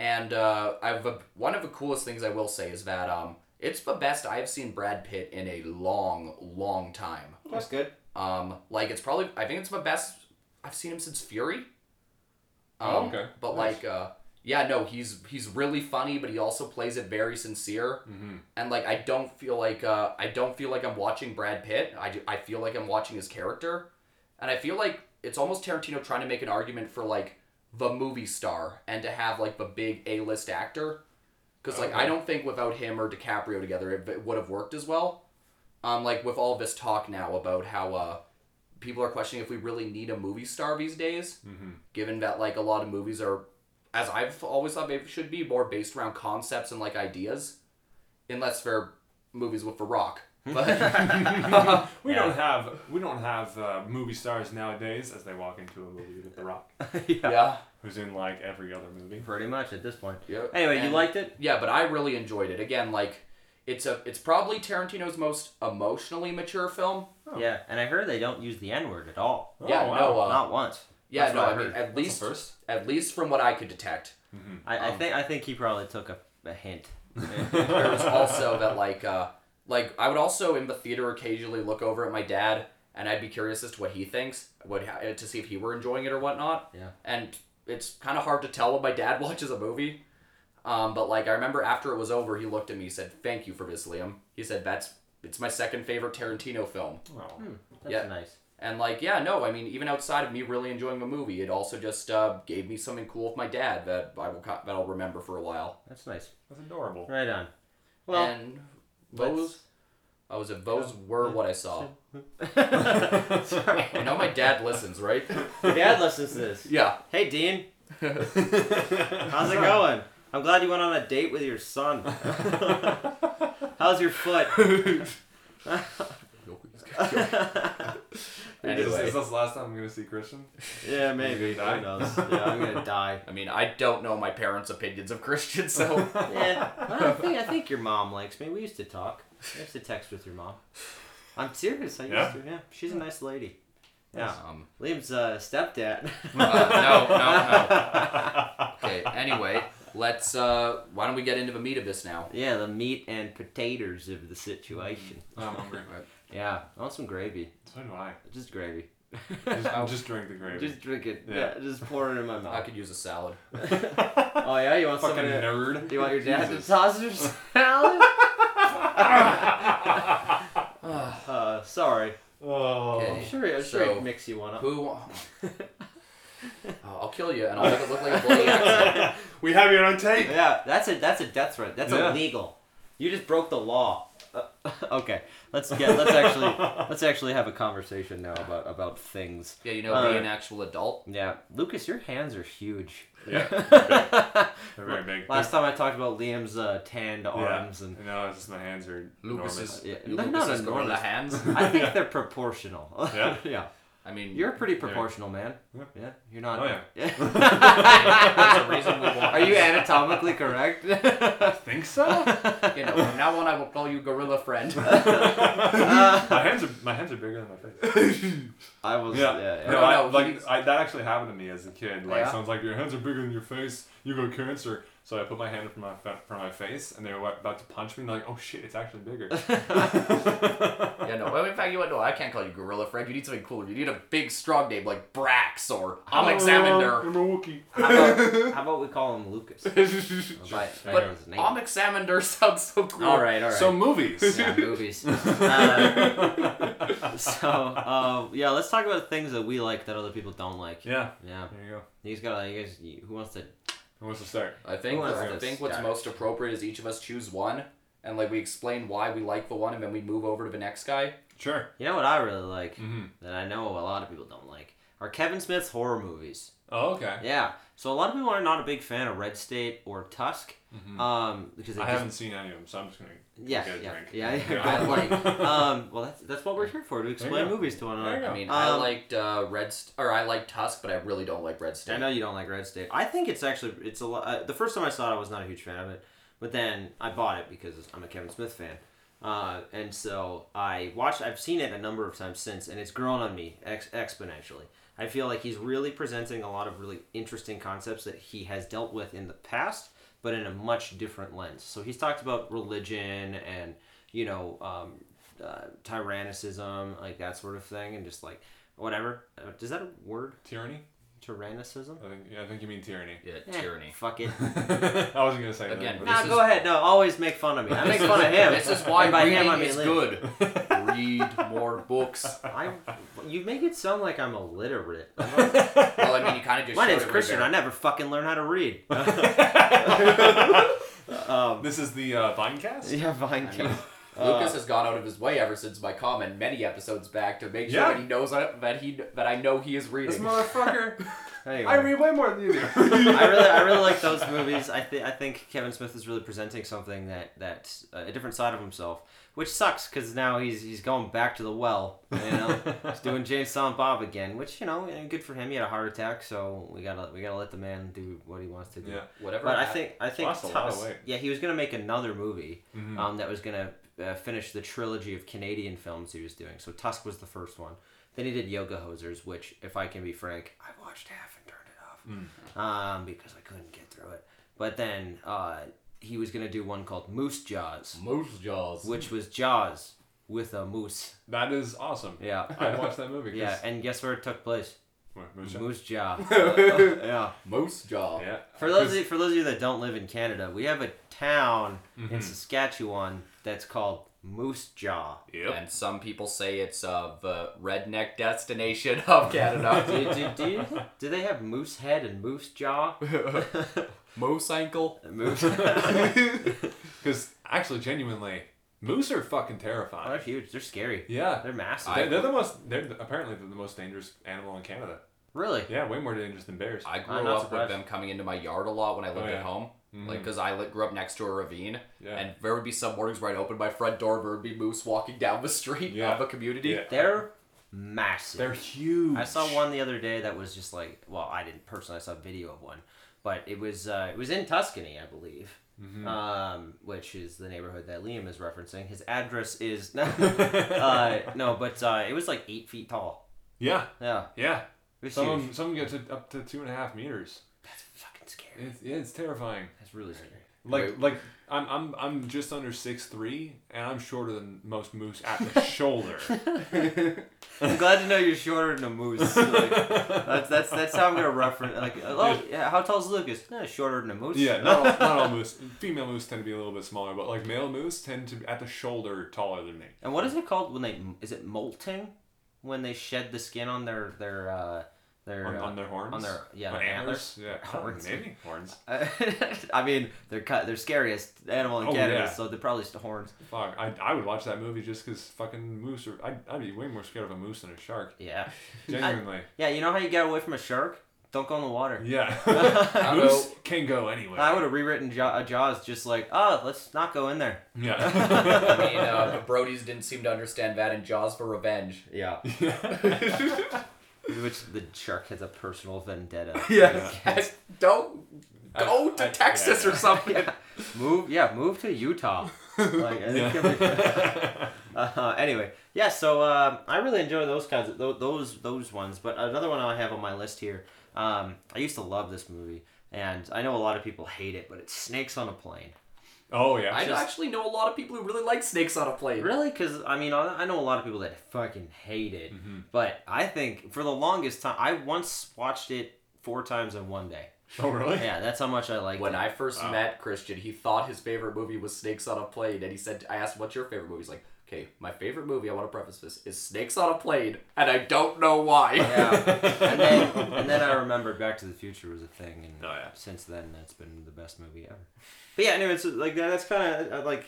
Speaker 4: and uh, I've one of the coolest things I will say is that um, it's the best I've seen Brad Pitt in a long, long time.
Speaker 3: That's good.
Speaker 4: Um, like it's probably I think it's my best I've seen him since Fury. Um,
Speaker 1: Oh, okay.
Speaker 4: But like, uh, yeah, no, he's he's really funny, but he also plays it very sincere.
Speaker 1: Mhm.
Speaker 4: And like, I don't feel like uh, I don't feel like I'm watching Brad Pitt. I ju- I feel like I'm watching his character, and I feel like it's almost Tarantino trying to make an argument for like the movie star and to have like the big A list actor. Because like I don't think without him or DiCaprio together it, it would have worked as well. Um, like with all this talk now about how uh, people are questioning if we really need a movie star these days,
Speaker 1: Mhm.
Speaker 4: given that like a lot of movies are, as I've always thought they should be, more based around concepts and like ideas, unless they're movies with The Rock.
Speaker 3: Hmm.
Speaker 4: But
Speaker 1: We
Speaker 3: Yeah.
Speaker 1: don't have we don't have uh, movie stars nowadays as they walk into a movie with The Rock,
Speaker 4: yeah,
Speaker 1: who's in like every other movie.
Speaker 3: Pretty much at this point.
Speaker 4: yeah.
Speaker 3: Anyway, you
Speaker 4: And-
Speaker 3: liked it?
Speaker 4: Yeah, but I really enjoyed it. Again, like it's a it's probably Tarantino's most emotionally mature film.
Speaker 1: Oh.
Speaker 3: Yeah. And I heard they don't use the N word at all.
Speaker 4: yeah,
Speaker 1: Oh, wow.
Speaker 4: no, uh,
Speaker 3: Not once.
Speaker 4: yeah,
Speaker 3: That's
Speaker 4: no.
Speaker 3: what I
Speaker 4: I mean,
Speaker 3: heard.
Speaker 4: at
Speaker 1: That's
Speaker 4: least
Speaker 1: the first.
Speaker 4: at least from what I could detect.
Speaker 3: I, I
Speaker 4: Um,
Speaker 3: think I think he probably took a, a hint.
Speaker 4: there was also that like uh like I would also in the theater occasionally look over at my dad and I'd be curious as to what he thinks, what ha- to see if he were enjoying it or whatnot.
Speaker 3: Yeah.
Speaker 4: And it's kind of hard to tell when my dad watches a movie. Um, but like I remember after it was over, he looked at me, he said, "Thank you for this, Liam." He said, "That's it's my second favorite Tarantino film."
Speaker 1: Oh.
Speaker 3: That's
Speaker 4: Yeah.
Speaker 3: nice.
Speaker 4: And like, yeah, no, I mean, even outside of me really enjoying the movie, it also just uh, gave me something cool with my dad that I will co- that I'll remember for a while.
Speaker 3: That's nice.
Speaker 1: That's adorable.
Speaker 3: Right on. Well,
Speaker 4: and those I was at those were what I saw.
Speaker 3: Sorry.
Speaker 4: I know my dad listens, right?
Speaker 3: Your dad listens to this.
Speaker 4: yeah.
Speaker 3: Hey, Dean. How's it going? I'm glad you went on a date with your son. How's your foot?
Speaker 1: Is,
Speaker 4: Anyway,
Speaker 1: is this the last time I'm gonna see Christian?
Speaker 3: yeah, maybe.
Speaker 1: die?
Speaker 3: Who knows? Yeah, I'm gonna die.
Speaker 4: I mean, I don't know my parents' opinions of Christians, so
Speaker 3: Yeah, I think I think your mom likes me. We used to talk. I used to text with your mom. I'm serious. I used
Speaker 1: Yeah?
Speaker 3: to. Yeah, she's a nice lady. Yeah,
Speaker 4: um,
Speaker 3: Liam's uh, stepdad.
Speaker 4: uh, no, no, no. Okay. Anyway, let's. Uh, why don't we get into the meat of this now?
Speaker 3: Yeah, the meat and potatoes of the situation.
Speaker 1: I'm hungry.
Speaker 3: Yeah, I want some gravy.
Speaker 1: So do I.
Speaker 3: Just gravy.
Speaker 1: Just,
Speaker 7: Oh.
Speaker 1: just drink the gravy.
Speaker 3: Just drink it.
Speaker 1: Yeah.
Speaker 3: Yeah. Just pour it in my
Speaker 4: I
Speaker 3: mouth.
Speaker 4: could use a salad.
Speaker 3: Oh yeah, you want
Speaker 1: Fucking
Speaker 3: somebody? To,
Speaker 1: nerd.
Speaker 3: you want your dad
Speaker 1: Jesus.
Speaker 3: to toss your salad? uh, sorry.
Speaker 6: Oh.
Speaker 3: I'm sure. I'm sure
Speaker 4: So-
Speaker 3: he'd mix you one up.
Speaker 4: Who? wa- Oh, I'll kill you, and I'll make it look like a bloody accident.
Speaker 1: We have you on tape.
Speaker 3: Yeah, that's a that's a death threat. That's
Speaker 1: Yeah.
Speaker 3: illegal. You just broke the law. Uh, okay, let's get let's actually let's actually have a conversation now about about things.
Speaker 4: Yeah, you know,
Speaker 3: All
Speaker 4: be
Speaker 3: right.
Speaker 4: an actual adult.
Speaker 3: Yeah, Lucas, your hands are huge.
Speaker 1: Yeah. They're very big.
Speaker 3: Last time I talked about Liam's uh, tanned arms, and
Speaker 1: Yeah. No, it's just my hands are
Speaker 4: Lucas
Speaker 1: enormous.
Speaker 4: is
Speaker 3: Yeah, they're
Speaker 4: Lucas
Speaker 3: not
Speaker 4: is gorilla
Speaker 3: enormous.
Speaker 4: hands.
Speaker 3: I think they're proportional.
Speaker 1: Yeah?
Speaker 3: yeah.
Speaker 4: I mean,
Speaker 3: You're pretty proportional, man.
Speaker 1: Yeah.
Speaker 3: Yeah. You're not.
Speaker 1: Oh, yeah.
Speaker 4: there's a reason we want.
Speaker 3: Are you anatomically correct?
Speaker 1: think so.
Speaker 4: You know, from now on, I will call you Gorilla Friend.
Speaker 3: Uh,
Speaker 1: my hands are my hands are bigger than my face.
Speaker 3: I was.
Speaker 1: Yeah.
Speaker 3: Yeah. yeah.
Speaker 1: No,
Speaker 4: No,
Speaker 1: I,
Speaker 4: no,
Speaker 1: like
Speaker 4: he's-
Speaker 1: I, that actually happened to me as a kid. Like
Speaker 4: Yeah?
Speaker 1: someone's like, your hands are bigger than your face. You got cancer. So I put my hand up from my fa- from my face, and they were about to punch me. And they're like, oh shit, it's actually bigger.
Speaker 4: Yeah, no. Well, in fact, you know what? No, I can't call you Gorilla Friend. You need something cooler. You need a big, strong name like Brax or
Speaker 3: Oh.
Speaker 1: Uh,
Speaker 4: I'm Examiner.
Speaker 1: I'm a Wookie.
Speaker 3: How, about, how about we call him Lucas? By- by
Speaker 4: But
Speaker 3: his name.
Speaker 4: I'm Examiner sounds so cool.
Speaker 3: all right. All right.
Speaker 1: So movies.
Speaker 3: yeah, movies. Uh, so uh, yeah, let's talk about things that we like that other people don't like.
Speaker 1: yeah.
Speaker 3: Yeah,
Speaker 1: There you go.
Speaker 3: you guys gotta. You guys, who wants to?
Speaker 1: Who wants to start?
Speaker 4: I think
Speaker 3: Who wants
Speaker 4: I
Speaker 3: to
Speaker 4: think what's
Speaker 3: start?
Speaker 4: most appropriate is each of us choose one, and like we explain why we like the one, and then we move over to the next guy.
Speaker 1: Sure.
Speaker 3: You know what I really like
Speaker 1: Mm-hmm.
Speaker 3: that I know a lot of people don't like are Kevin Smith's horror movies.
Speaker 1: Oh, okay.
Speaker 3: Yeah, so a lot of people are not a big fan of Red State or Tusk, um, because
Speaker 1: Mm-hmm.
Speaker 3: they
Speaker 1: I
Speaker 3: just-
Speaker 1: haven't seen any of them, so I'm just gonna
Speaker 3: Yeah,
Speaker 1: get a
Speaker 3: yeah,
Speaker 1: drink.
Speaker 3: yeah, yeah,
Speaker 1: Yeah.
Speaker 3: but like, um, well, that's that's what we're here for to explain
Speaker 1: go.
Speaker 3: movies to one
Speaker 1: There you
Speaker 3: another.
Speaker 1: go.
Speaker 4: I mean, I
Speaker 3: Um,
Speaker 4: liked uh, Red St- or I liked Tusk, but I really don't like Red
Speaker 3: I
Speaker 4: State.
Speaker 3: know you don't like Red State. I think it's actually it's a lot. Uh, the first time I saw it, I was not a huge fan of it, but then I bought it because I'm a Kevin Smith fan, uh, and so I watched. I've seen it a number of times since, and it's grown on me ex- exponentially. I feel like he's really presenting a lot of really interesting concepts that he has dealt with in the past, but in a much different lens. So he's talked about religion and you know um, uh, tyrannicism, like that sort of thing, and just like whatever. Uh, Is that a word?
Speaker 1: Tyranny?
Speaker 3: Tyrannicism.
Speaker 1: I think. Yeah, I think you mean tyranny.
Speaker 4: Yeah,
Speaker 3: Eh,
Speaker 4: tyranny.
Speaker 3: Fuck it.
Speaker 1: I wasn't gonna say
Speaker 4: Again,
Speaker 1: that.
Speaker 3: no,
Speaker 4: This
Speaker 3: go
Speaker 4: is-
Speaker 3: ahead. No, always make fun of me. I make fun of him.
Speaker 4: This is why
Speaker 3: And by
Speaker 4: reading
Speaker 3: him, I mean
Speaker 4: is
Speaker 3: Liam.
Speaker 4: good. Read more books.
Speaker 3: I, you make it sound like I'm illiterate.
Speaker 4: Well, I mean, you kind of just.
Speaker 3: My
Speaker 4: showed
Speaker 3: name's
Speaker 4: it right
Speaker 3: Christian.
Speaker 4: there.
Speaker 3: I never fucking learn how to read.
Speaker 1: This is the uh, Vinecast.
Speaker 3: Um, yeah, Vine. Cam.
Speaker 1: Uh,
Speaker 4: Lucas has gone out of his way ever since my comment many episodes back to make sure
Speaker 1: Yeah.
Speaker 4: that he knows I- that he that I know he is
Speaker 1: This
Speaker 4: reading.
Speaker 1: motherfucker.
Speaker 3: Anyway.
Speaker 1: I read way more than you do.
Speaker 3: I really, I really like those movies. I think, I think Kevin Smith is really presenting something that that's uh, a different side of himself, which sucks because now he's he's going back to the well. You know, he's doing James Silent Bob again, which you know, eh, good for him. He had a heart attack, so we gotta we gotta let the man do what he wants to do.
Speaker 1: Yeah.
Speaker 4: Whatever.
Speaker 3: But I
Speaker 4: hap-
Speaker 3: think I think
Speaker 1: Lost a lot of
Speaker 3: Tusk-
Speaker 1: weight. Mm-hmm.
Speaker 3: yeah, he was gonna make another movie um, that was gonna uh, finish the trilogy of Canadian films he was doing. So Tusk was the first one. Then he did Yoga Hosers, which, if I can be frank, I watched half and turned
Speaker 1: Mm.
Speaker 3: it off um, because I couldn't get through it. But then uh, he was gonna do one called Moose Jaws,
Speaker 4: Moose Jaws.
Speaker 3: which was Jaws with a moose.
Speaker 1: That is awesome.
Speaker 3: Yeah.
Speaker 1: I watched that movie. 'cause-
Speaker 3: Yeah, and guess where it took place?
Speaker 1: What, Moose Jaw?
Speaker 3: Moose Jaw. yeah.
Speaker 4: Moose Jaw.
Speaker 1: Yeah.
Speaker 3: For those of you, for those of you that don't live in Canada, we have a town
Speaker 1: Mm-hmm.
Speaker 3: in Saskatchewan that's called Moose Jaw.
Speaker 1: Yep.
Speaker 4: And some people say it's uh, the redneck destination of Canada.
Speaker 3: Do, do, do, you, do they have moose head and moose jaw?
Speaker 4: Moose ankle.
Speaker 3: Moose.
Speaker 1: Because actually, genuinely, moose are fucking
Speaker 3: they're
Speaker 1: terrifying.
Speaker 3: huge. They're scary.
Speaker 1: Yeah.
Speaker 3: They're massive.
Speaker 1: They're, they're the most. They're the- apparently they're the most dangerous animal in Canada.
Speaker 3: really?
Speaker 1: Yeah, way more dangerous than bears.
Speaker 4: I grew
Speaker 3: I'm not
Speaker 4: up with
Speaker 3: surprised.
Speaker 4: them coming into my yard a lot when I lived
Speaker 1: Oh, yeah. Mm-hmm.
Speaker 4: at home. Like, because I li- grew up next to a ravine,
Speaker 1: Yeah.
Speaker 4: and there would be some mornings where I'd open my front door, there would be moose walking down the street
Speaker 1: Yeah.
Speaker 4: of a community.
Speaker 1: Yeah.
Speaker 3: They're massive.
Speaker 1: They're huge.
Speaker 3: I saw one the other day that was just like, well, I didn't personally. I saw a video of one, but it was uh, it was in Tuscany, I believe,
Speaker 1: Mm-hmm.
Speaker 3: um, which is the neighborhood that Liam is referencing. His address is uh, no, but uh, it was like eight feet tall.
Speaker 1: Yeah.
Speaker 3: Yeah,
Speaker 1: Yeah.
Speaker 3: it was
Speaker 1: Some of
Speaker 3: huge.
Speaker 1: 'em- some of 'em get to up to two and a half meters.
Speaker 3: Fucking scary.
Speaker 1: It's, yeah, it's terrifying.
Speaker 3: That's really scary.
Speaker 1: Like
Speaker 4: Wait.
Speaker 1: like I'm I'm I'm just under six three and I'm shorter than most moose at the shoulder.
Speaker 3: I'm glad to know you're shorter than a moose. Like, that's, that's that's how I'm gonna reference. Like, oh, yeah, how tall's Lucas? Eh, shorter than a moose.
Speaker 1: Yeah, not all, not all moose. Female moose tend to be a little bit smaller, but like male moose tend to be at the shoulder taller than me.
Speaker 3: And what is it called when they is it molting? When they shed the skin on their their uh, their
Speaker 1: On,
Speaker 3: uh,
Speaker 1: on their horns.
Speaker 3: on their yeah
Speaker 1: on
Speaker 3: their
Speaker 1: antlers. Yeah.
Speaker 3: Horns.
Speaker 1: Maybe horns.
Speaker 3: antlers. I mean, they're cut. They're scariest animal in
Speaker 1: Oh,
Speaker 3: Canada,
Speaker 1: yeah.
Speaker 3: so they're probably still horns.
Speaker 1: Fuck. I, I would watch that movie just because fucking moose are. I'd, I'd be way more scared of a moose than a shark.
Speaker 3: Yeah,
Speaker 1: Genuinely.
Speaker 3: yeah. You know how you get away from a shark? Don't go in the water.
Speaker 1: yeah. moose can go anywhere.
Speaker 3: I would have rewritten Jaw- Jaws just like, oh, let's not go in there.
Speaker 1: Yeah.
Speaker 4: I mean, uh, the Brodies didn't seem to understand that in Jaws for Revenge.
Speaker 3: Yeah. Which the shark has a personal vendetta.
Speaker 1: Yeah.
Speaker 4: Yes, don't go
Speaker 1: I-
Speaker 4: to
Speaker 1: I-
Speaker 4: Texas
Speaker 1: yeah,
Speaker 4: or something.
Speaker 3: move, yeah, move to Utah. Like, I think
Speaker 1: Yeah.
Speaker 3: uh, anyway, yeah. So um, I really enjoy those kinds of tho- those those ones. But another one I have on my list here. Um, I used to love this movie, and I know a lot of people hate it, but it's Snakes on a Plane.
Speaker 1: oh yeah.
Speaker 4: I
Speaker 1: Just-
Speaker 4: actually know a lot of people who really like snakes on a plane.
Speaker 3: Really? Because I mean, I I know a lot of people that fucking hate it, but I think for the longest time, I once watched it four times in one day.
Speaker 1: oh really?
Speaker 3: Yeah, that's how much I like.
Speaker 4: When
Speaker 3: it.
Speaker 4: I first
Speaker 1: Wow.
Speaker 4: met Christian, he thought his favorite movie was Snakes on a Plane, and he said, "I asked, what's your favorite movie?" He's like, "Okay, my favorite movie. I want to preface this is Snakes on a Plane, and I don't know why."
Speaker 3: Yeah. and then and then I remembered Back to the Future was a thing, and
Speaker 1: Oh, yeah.
Speaker 3: since then that's been the best movie ever. But yeah, anyway, so like that, that's kind of like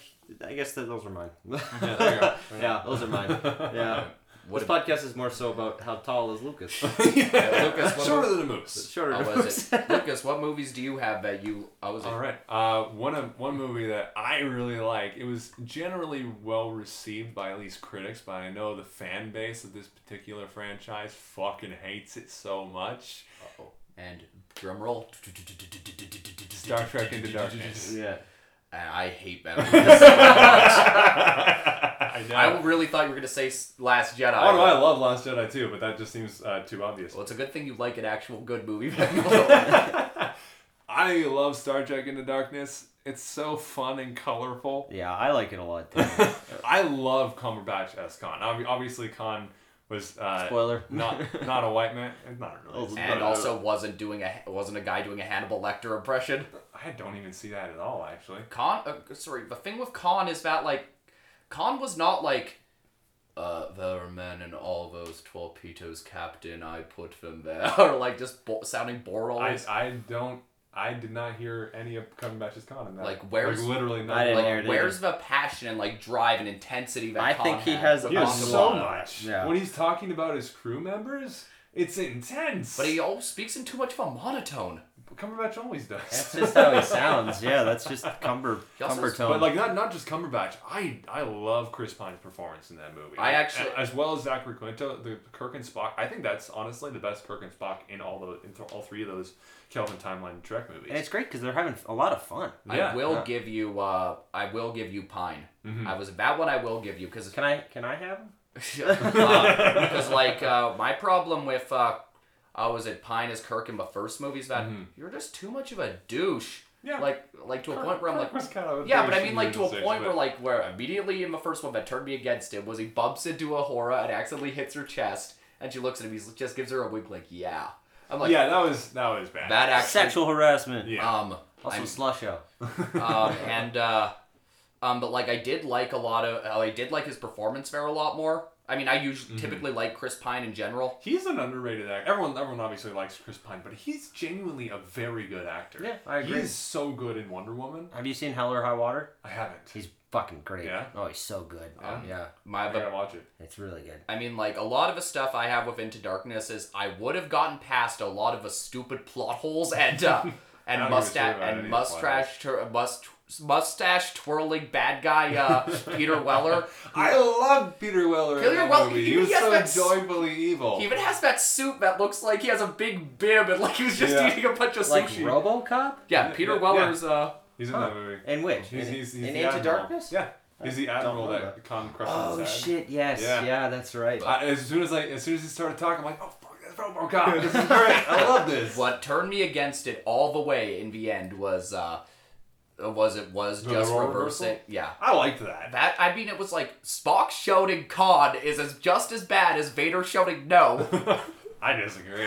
Speaker 3: I guess that those are mine.
Speaker 1: Yeah, there you go.
Speaker 3: yeah, those are mine. Yeah.
Speaker 4: What uh,
Speaker 3: this podcast is more so about how tall is Lucas.
Speaker 1: yeah.
Speaker 4: Lucas, what
Speaker 1: Shorter than a moose.
Speaker 3: Shorter.
Speaker 4: How
Speaker 3: than
Speaker 4: was
Speaker 3: Lucas.
Speaker 4: it, Lucas? What movies do you have that you? I was
Speaker 1: All
Speaker 4: like,
Speaker 1: right. Uh, one of one movie that I really like. It was generally well received by at least critics, but I know the fan base of this particular franchise fucking hates it so much.
Speaker 4: and drum roll.
Speaker 1: Star Trek Into Darkness.
Speaker 3: yeah.
Speaker 4: I I hate that movie. so much.
Speaker 1: I know.
Speaker 4: I really thought you were gonna say S- Last Jedi.
Speaker 1: oh no, I love Last Jedi too, but that just seems uh, too obvious.
Speaker 4: Well, it's a good thing you like an actual good movie. but you don't.
Speaker 1: I love Star Trek Into Darkness. It's so fun and colorful.
Speaker 3: Yeah, I like it a lot. Too.
Speaker 1: I love Cumberbatch as Khan. Ob- Obviously, Khan was uh,
Speaker 3: Spoiler.
Speaker 1: not not a white man. Not
Speaker 3: Oh,
Speaker 1: really.
Speaker 4: and
Speaker 1: But, uh,
Speaker 4: also wasn't doing a wasn't a guy doing a Hannibal Lecter impression.
Speaker 1: I don't even see that at all. Actually,
Speaker 4: Khan, uh, sorry, the thing with Khan is that like, Khan was not like, uh, there are men in all those torpedoes, Captain. I put them there, or like just bo- sounding boral.
Speaker 1: I, I don't. I did not hear any of Cumberbatch's Khan in that.
Speaker 4: Like, where's-
Speaker 1: like, literally
Speaker 3: I
Speaker 1: nothing.
Speaker 3: didn't hear
Speaker 4: like,
Speaker 3: it
Speaker 4: where's the passion and like drive and intensity that
Speaker 3: I
Speaker 4: Khan
Speaker 3: think he
Speaker 4: had
Speaker 3: has a
Speaker 1: He
Speaker 4: on
Speaker 1: has
Speaker 4: the
Speaker 3: possible-
Speaker 1: so
Speaker 4: water?
Speaker 1: much.
Speaker 3: Yeah.
Speaker 1: When he's talking about his crew members, it's intense.
Speaker 4: But he all speaks in too much of a monotone.
Speaker 1: Cumberbatch always does.
Speaker 3: That's just how he sounds. Yeah, that's just cumber
Speaker 4: He also-
Speaker 3: cumbertone.
Speaker 1: But like not not just Cumberbatch. I I love Chris Pine's performance in that movie.
Speaker 4: I actually-
Speaker 1: A- as well as Zachary Quinto, the Kirk and Spock. I think that's honestly the best Kirk and Spock in all the in th- all three of those Kelvin timeline Trek movies.
Speaker 3: and it's great because they're having a lot of fun.
Speaker 1: Yeah,
Speaker 4: I will
Speaker 1: yeah. Mm-hmm.
Speaker 4: give you. Uh, I will give you Pine. I was that one. I will give you because
Speaker 3: Can I? Can I have? 'em?
Speaker 4: Uh, because like uh, my problem with uh, uh was it Pine as Kirk in the first movie is that you're just too much of a douche.
Speaker 1: Mm-hmm. Yeah.
Speaker 4: Like like to a point where I'm
Speaker 1: Kirk
Speaker 4: like.
Speaker 1: was kind of a
Speaker 4: Yeah, but I
Speaker 1: douche
Speaker 4: mean,
Speaker 1: in
Speaker 4: like to a
Speaker 1: Season
Speaker 4: point
Speaker 1: Six,
Speaker 4: where,
Speaker 1: but-
Speaker 4: like, where immediately in the first one that turned me against him was he bumps into a Hora and accidentally hits her chest, and she looks at him. He just gives her a wink, like, "Yeah." I'm like,
Speaker 1: yeah, that was that was bad.
Speaker 4: that actually."
Speaker 3: Sexual harassment.
Speaker 1: Yeah.
Speaker 4: Um,
Speaker 3: Also,
Speaker 4: I'm
Speaker 3: slush out.
Speaker 4: um, and uh, um, but like I did like a lot of uh, I did like his performance there a lot more. I mean, I
Speaker 1: Mm-hmm.
Speaker 4: usually typically like Chris Pine in general.
Speaker 1: He's an underrated actor. Everyone, everyone obviously likes Chris Pine, but he's genuinely a very good actor.
Speaker 3: Yeah, I agree.
Speaker 1: He's so good in Wonder Woman.
Speaker 3: Have you seen Hell or High Water?
Speaker 1: I haven't.
Speaker 3: He's fucking great.
Speaker 1: Yeah?
Speaker 3: Oh, he's so good.
Speaker 1: Yeah?
Speaker 3: yeah,
Speaker 4: My,
Speaker 1: I
Speaker 4: but-
Speaker 1: gotta watch it.
Speaker 3: it's really good.
Speaker 4: I mean, like a lot of the stuff I have with Into Darkness is I would have gotten past a lot of the stupid plot holes and uh,
Speaker 1: I
Speaker 4: and
Speaker 1: don't give a shit
Speaker 4: mustache
Speaker 1: about any of
Speaker 4: and
Speaker 1: the
Speaker 4: mustache twir- must mustache twirling bad guy uh, Peter Weller.
Speaker 1: I love Peter Weller.
Speaker 4: Peter
Speaker 1: in that
Speaker 4: Weller-
Speaker 1: movie.
Speaker 4: he-
Speaker 1: He,
Speaker 4: he
Speaker 1: was
Speaker 4: has that s-
Speaker 1: so joyfully evil.
Speaker 4: He even has that suit that looks like he has a big bib and like he was just
Speaker 1: Yeah.
Speaker 4: eating a bunch of
Speaker 3: Like
Speaker 4: sushi.
Speaker 3: RoboCop
Speaker 4: yeah, Peter
Speaker 1: Yeah.
Speaker 4: Weller's uh,
Speaker 1: he's in that movie.
Speaker 3: and which
Speaker 1: He's,
Speaker 3: in,
Speaker 1: he's, he's
Speaker 3: in
Speaker 1: the
Speaker 3: Into
Speaker 1: admiral.
Speaker 3: Darkness.
Speaker 1: Yeah, he's the admiral
Speaker 3: know
Speaker 1: that Khan crushes.
Speaker 3: Oh
Speaker 1: his head.
Speaker 3: shit! Yes.
Speaker 1: Yeah. Uh,
Speaker 3: Yeah. that's right.
Speaker 1: I, as soon as I, as soon as he started talking, I'm like, oh fuck, that's RoboCop. This is great. I love this.
Speaker 4: What turned me against it all the way in the end was uh, uh, was it was
Speaker 1: The
Speaker 4: just
Speaker 1: role
Speaker 4: reversing.
Speaker 1: reversal?
Speaker 4: Yeah,
Speaker 1: I liked that.
Speaker 4: that I mean, it was like Spock shouting "Con" is as just as bad as Vader shouting "No."
Speaker 1: I disagree.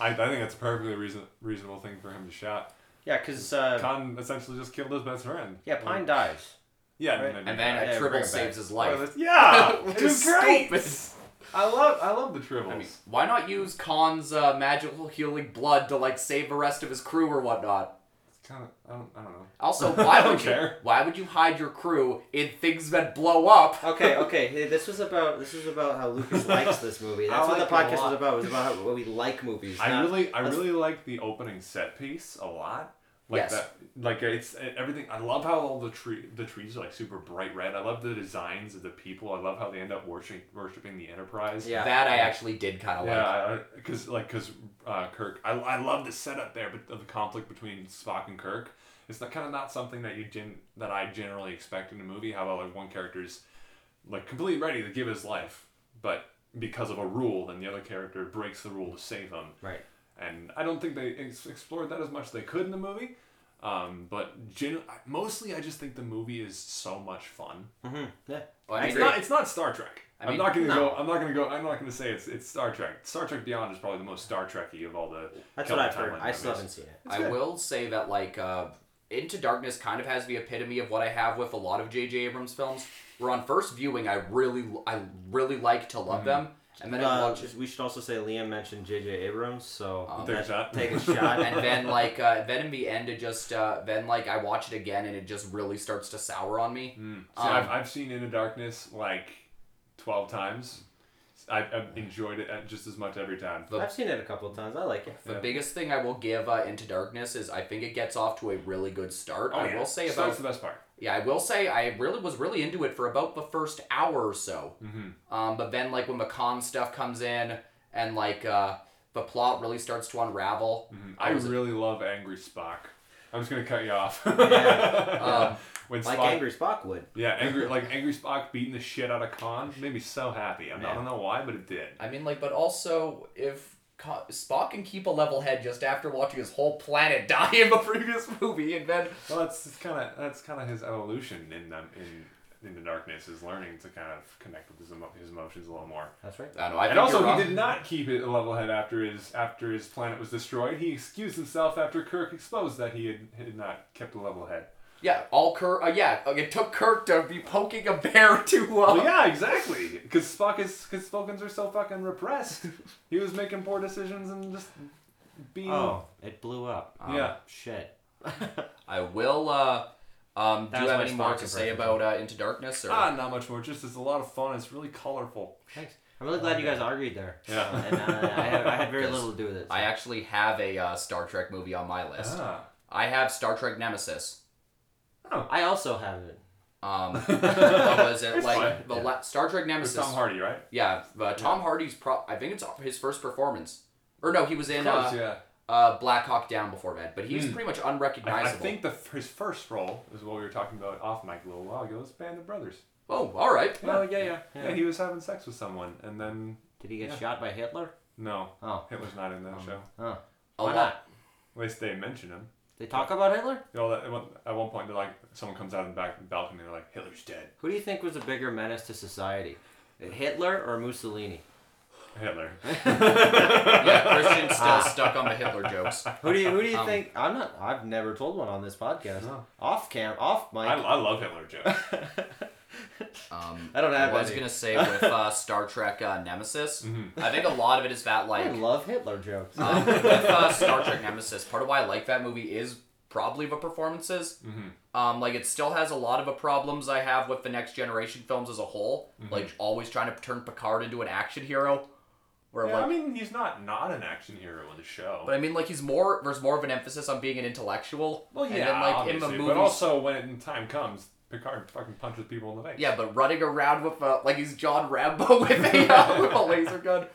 Speaker 1: I, I think that's a perfectly reason, reasonable thing for him to shout.
Speaker 3: Yeah, because uh,
Speaker 1: Khan essentially just killed his best friend.
Speaker 3: yeah, Pine dies.
Speaker 1: Yeah,
Speaker 3: Right.
Speaker 4: and then
Speaker 3: Yeah,
Speaker 4: a
Speaker 3: bring
Speaker 4: triple
Speaker 3: it back.
Speaker 4: saves his life.
Speaker 1: yeah,
Speaker 4: Which
Speaker 1: it was
Speaker 4: is
Speaker 1: great.
Speaker 4: stupid.
Speaker 1: I love I love the tribbles.
Speaker 4: I mean, why not use Khan's uh, magical healing blood to like save the rest of his crew or whatnot?
Speaker 1: it's kind of I don't I don't know.
Speaker 4: Also, why
Speaker 1: I don't
Speaker 4: would you,
Speaker 1: care.
Speaker 4: why would you hide your crew in things that blow up?
Speaker 3: Okay, okay.
Speaker 7: Okay, hey, this was about this was about how Lucas likes this movie.
Speaker 3: I
Speaker 7: That's what the
Speaker 3: like it a
Speaker 7: podcast
Speaker 3: lot.
Speaker 7: was about. It was about how, what we like movies.
Speaker 1: I
Speaker 7: not-
Speaker 1: really I
Speaker 7: that's-
Speaker 1: really like the opening set piece a lot. Like
Speaker 4: Yes.
Speaker 1: that like it's eh, everything I love how all the tree the trees are like super bright red. I love the designs of the people. I love how they end up worshiping worshiping the enterprise.
Speaker 7: Yeah.
Speaker 4: That I actually did kind of like.
Speaker 1: Yeah, because like because uh, Kirk, I, I love the setup there, but of the conflict between Spock and Kirk, it's not kind of not something that you gen- that I generally expect in a movie. How about like one character's like completely ready to give his life, but because of a rule, then the other character breaks the rule to save him.
Speaker 7: Right.
Speaker 1: And I don't think they ex- explored that as much as they could in the movie. Um, but gen- I- mostly, I just think the movie is so much fun.
Speaker 7: Mm-hmm.
Speaker 4: Well, I
Speaker 1: It's
Speaker 4: mean,
Speaker 1: not. It's not Star Trek. I
Speaker 4: mean,
Speaker 1: am not gonna
Speaker 7: no.
Speaker 1: go. I'm not gonna go. I'm not gonna say it's it's Star Trek. Star Trek Beyond is probably the most Star Trekky of all the.
Speaker 7: That's
Speaker 1: Kelvin
Speaker 7: what I've heard.
Speaker 1: Timeline
Speaker 7: I still haven't
Speaker 1: movies.
Speaker 7: seen it.
Speaker 4: I will say that like uh, Into Darkness kind of has the epitome of what I have with a lot of J.J. Abrams films. Where on first viewing, I really I really like to love them, and then I
Speaker 7: Uh,
Speaker 4: watch it.
Speaker 7: we should also say Liam mentioned J.J. Abrams, so
Speaker 4: Um,
Speaker 1: Take a
Speaker 7: that-
Speaker 1: shot.
Speaker 7: Take a shot.
Speaker 4: and then like uh, then in the end it just uh, then like I watch it again and it just really starts to sour on me.
Speaker 1: Mm. See,
Speaker 4: Um,
Speaker 1: I've, I've seen Into Darkness like twelve times. I've, I've enjoyed it uh, just as much every time.
Speaker 4: the-
Speaker 7: I've seen it a couple of times. I like it.
Speaker 4: The
Speaker 1: Yeah.
Speaker 4: biggest thing I will give uh, Into Darkness is I think it gets off to a really good start. oh,
Speaker 1: Oh,
Speaker 4: I will say
Speaker 1: Starts
Speaker 4: about
Speaker 1: the best part.
Speaker 4: yeah I will say I really was really into it for about the first hour or so.
Speaker 1: Mhm.
Speaker 4: Um, but then like when the con stuff comes in and like uh, the plot really starts to unravel.
Speaker 1: Mhm. I
Speaker 4: was-
Speaker 1: really love Angry Spock. I'm just gonna cut you off.
Speaker 4: Um,
Speaker 1: when
Speaker 7: Like
Speaker 1: Spock,
Speaker 7: Angry Spock would.
Speaker 1: yeah, angry like Angry Spock beating the shit out of Khan made me so happy. I'm not- I don't know why, but it did.
Speaker 4: I mean like but also if. Con- Spock can keep a level head just after watching his whole planet die in the previous movie, and then
Speaker 1: Well, that's, that's kind of that's kind of his evolution in them in in the darkness is learning to kind of connect with his, emo- his emotions a little more.
Speaker 7: That's right.
Speaker 4: I don't know. I
Speaker 1: and
Speaker 4: think
Speaker 1: also,
Speaker 4: you're wrong.
Speaker 1: he did not keep it a level head after his after his planet was destroyed. He excused himself after Kirk exposed that he had, had not kept a level head.
Speaker 4: Yeah, all Kirk. Uh, yeah, uh, it took Kirk to be poking a bear to. Uh,
Speaker 1: Well, yeah, exactly. Because Spock is because Spockans are so fucking repressed. he was making poor decisions and just being.
Speaker 3: Oh, it blew up.
Speaker 1: yeah.
Speaker 3: Shit.
Speaker 4: I will. Uh, um, do
Speaker 3: That
Speaker 4: you
Speaker 3: was
Speaker 4: have
Speaker 3: my
Speaker 4: any more to
Speaker 3: Spock
Speaker 4: say
Speaker 3: impression.
Speaker 4: about uh, Into Darkness? Or
Speaker 1: Ah, not much more. Just it's a lot of fun. It's really colorful.
Speaker 3: Thanks. I'm really glad you guys argued there.
Speaker 1: Yeah.
Speaker 3: And uh, I, had, I had very little to do with it. so.
Speaker 4: I actually have a uh, Star Trek movie on my list.
Speaker 1: Ah.
Speaker 4: I have Star Trek Nemesis.
Speaker 3: I also have it.
Speaker 4: Um, what was it
Speaker 1: It's fine.
Speaker 4: like the la- Star Trek
Speaker 1: It's
Speaker 4: Nemesis?
Speaker 1: Tom Hardy, right?
Speaker 4: Yeah, uh, Tom Hardy's. Pro- I think it's his first performance. Or no, he was in
Speaker 1: Close,
Speaker 4: uh,
Speaker 1: yeah. Hmm.
Speaker 4: uh, Black Hawk Down before that, but he's pretty much
Speaker 1: I, I
Speaker 4: unrecognizable.
Speaker 1: think the his first role is what we were talking about off mic a little while ago. Is Band of Brothers.
Speaker 4: Oh, all right.
Speaker 1: Oh yeah, yeah, yeah.
Speaker 3: Yeah.
Speaker 1: He was having sex with someone, and then
Speaker 3: Did he get
Speaker 1: Yeah.
Speaker 3: shot by Hitler?
Speaker 1: no,
Speaker 3: Oh.
Speaker 1: Hitler's not in that show.
Speaker 3: Oh.
Speaker 4: A
Speaker 3: Why
Speaker 4: lot-
Speaker 3: not?
Speaker 1: At least they mention him.
Speaker 3: They talk about Hitler?
Speaker 1: You know, at one- at one point, they're like, someone comes out in the back balcony, they're like, Hitler's dead.
Speaker 3: Who do you think was a bigger menace to society? Hitler or Mussolini?
Speaker 1: Hitler.
Speaker 4: yeah, Christian's still stuck on the Hitler jokes.
Speaker 3: Who do you who do you
Speaker 4: Um,
Speaker 3: think? I'm not. I've never told one on this podcast.
Speaker 1: No.
Speaker 3: Off cam, off mic.
Speaker 1: I, I love Hitler jokes.
Speaker 4: Um,
Speaker 3: I don't have
Speaker 4: I was
Speaker 3: any.
Speaker 4: gonna say with uh, Star Trek uh, Nemesis,
Speaker 1: Mm-hmm.
Speaker 4: I think a lot of it is that like
Speaker 3: I love Hitler jokes.
Speaker 4: um, with uh, Star Trek Nemesis. Part of why I like that movie is probably the performances.
Speaker 1: Mm-hmm.
Speaker 4: Um, like it still has a lot of the problems I have with the Next Generation films as a whole.
Speaker 1: Mm-hmm.
Speaker 4: Like always trying to turn Picard into an action hero, where
Speaker 1: yeah,
Speaker 4: like.
Speaker 1: I mean, he's not not an action hero in the show.
Speaker 4: but I mean, like he's more. There's more of an emphasis on being an intellectual.
Speaker 1: well, yeah,
Speaker 4: and then, like in the
Speaker 1: obviously,
Speaker 4: movies,
Speaker 1: but also when it- time comes, Picard fucking punches people in the face.
Speaker 4: Yeah, but running around with a, like he's John Rambo with a, uh, with a laser gun.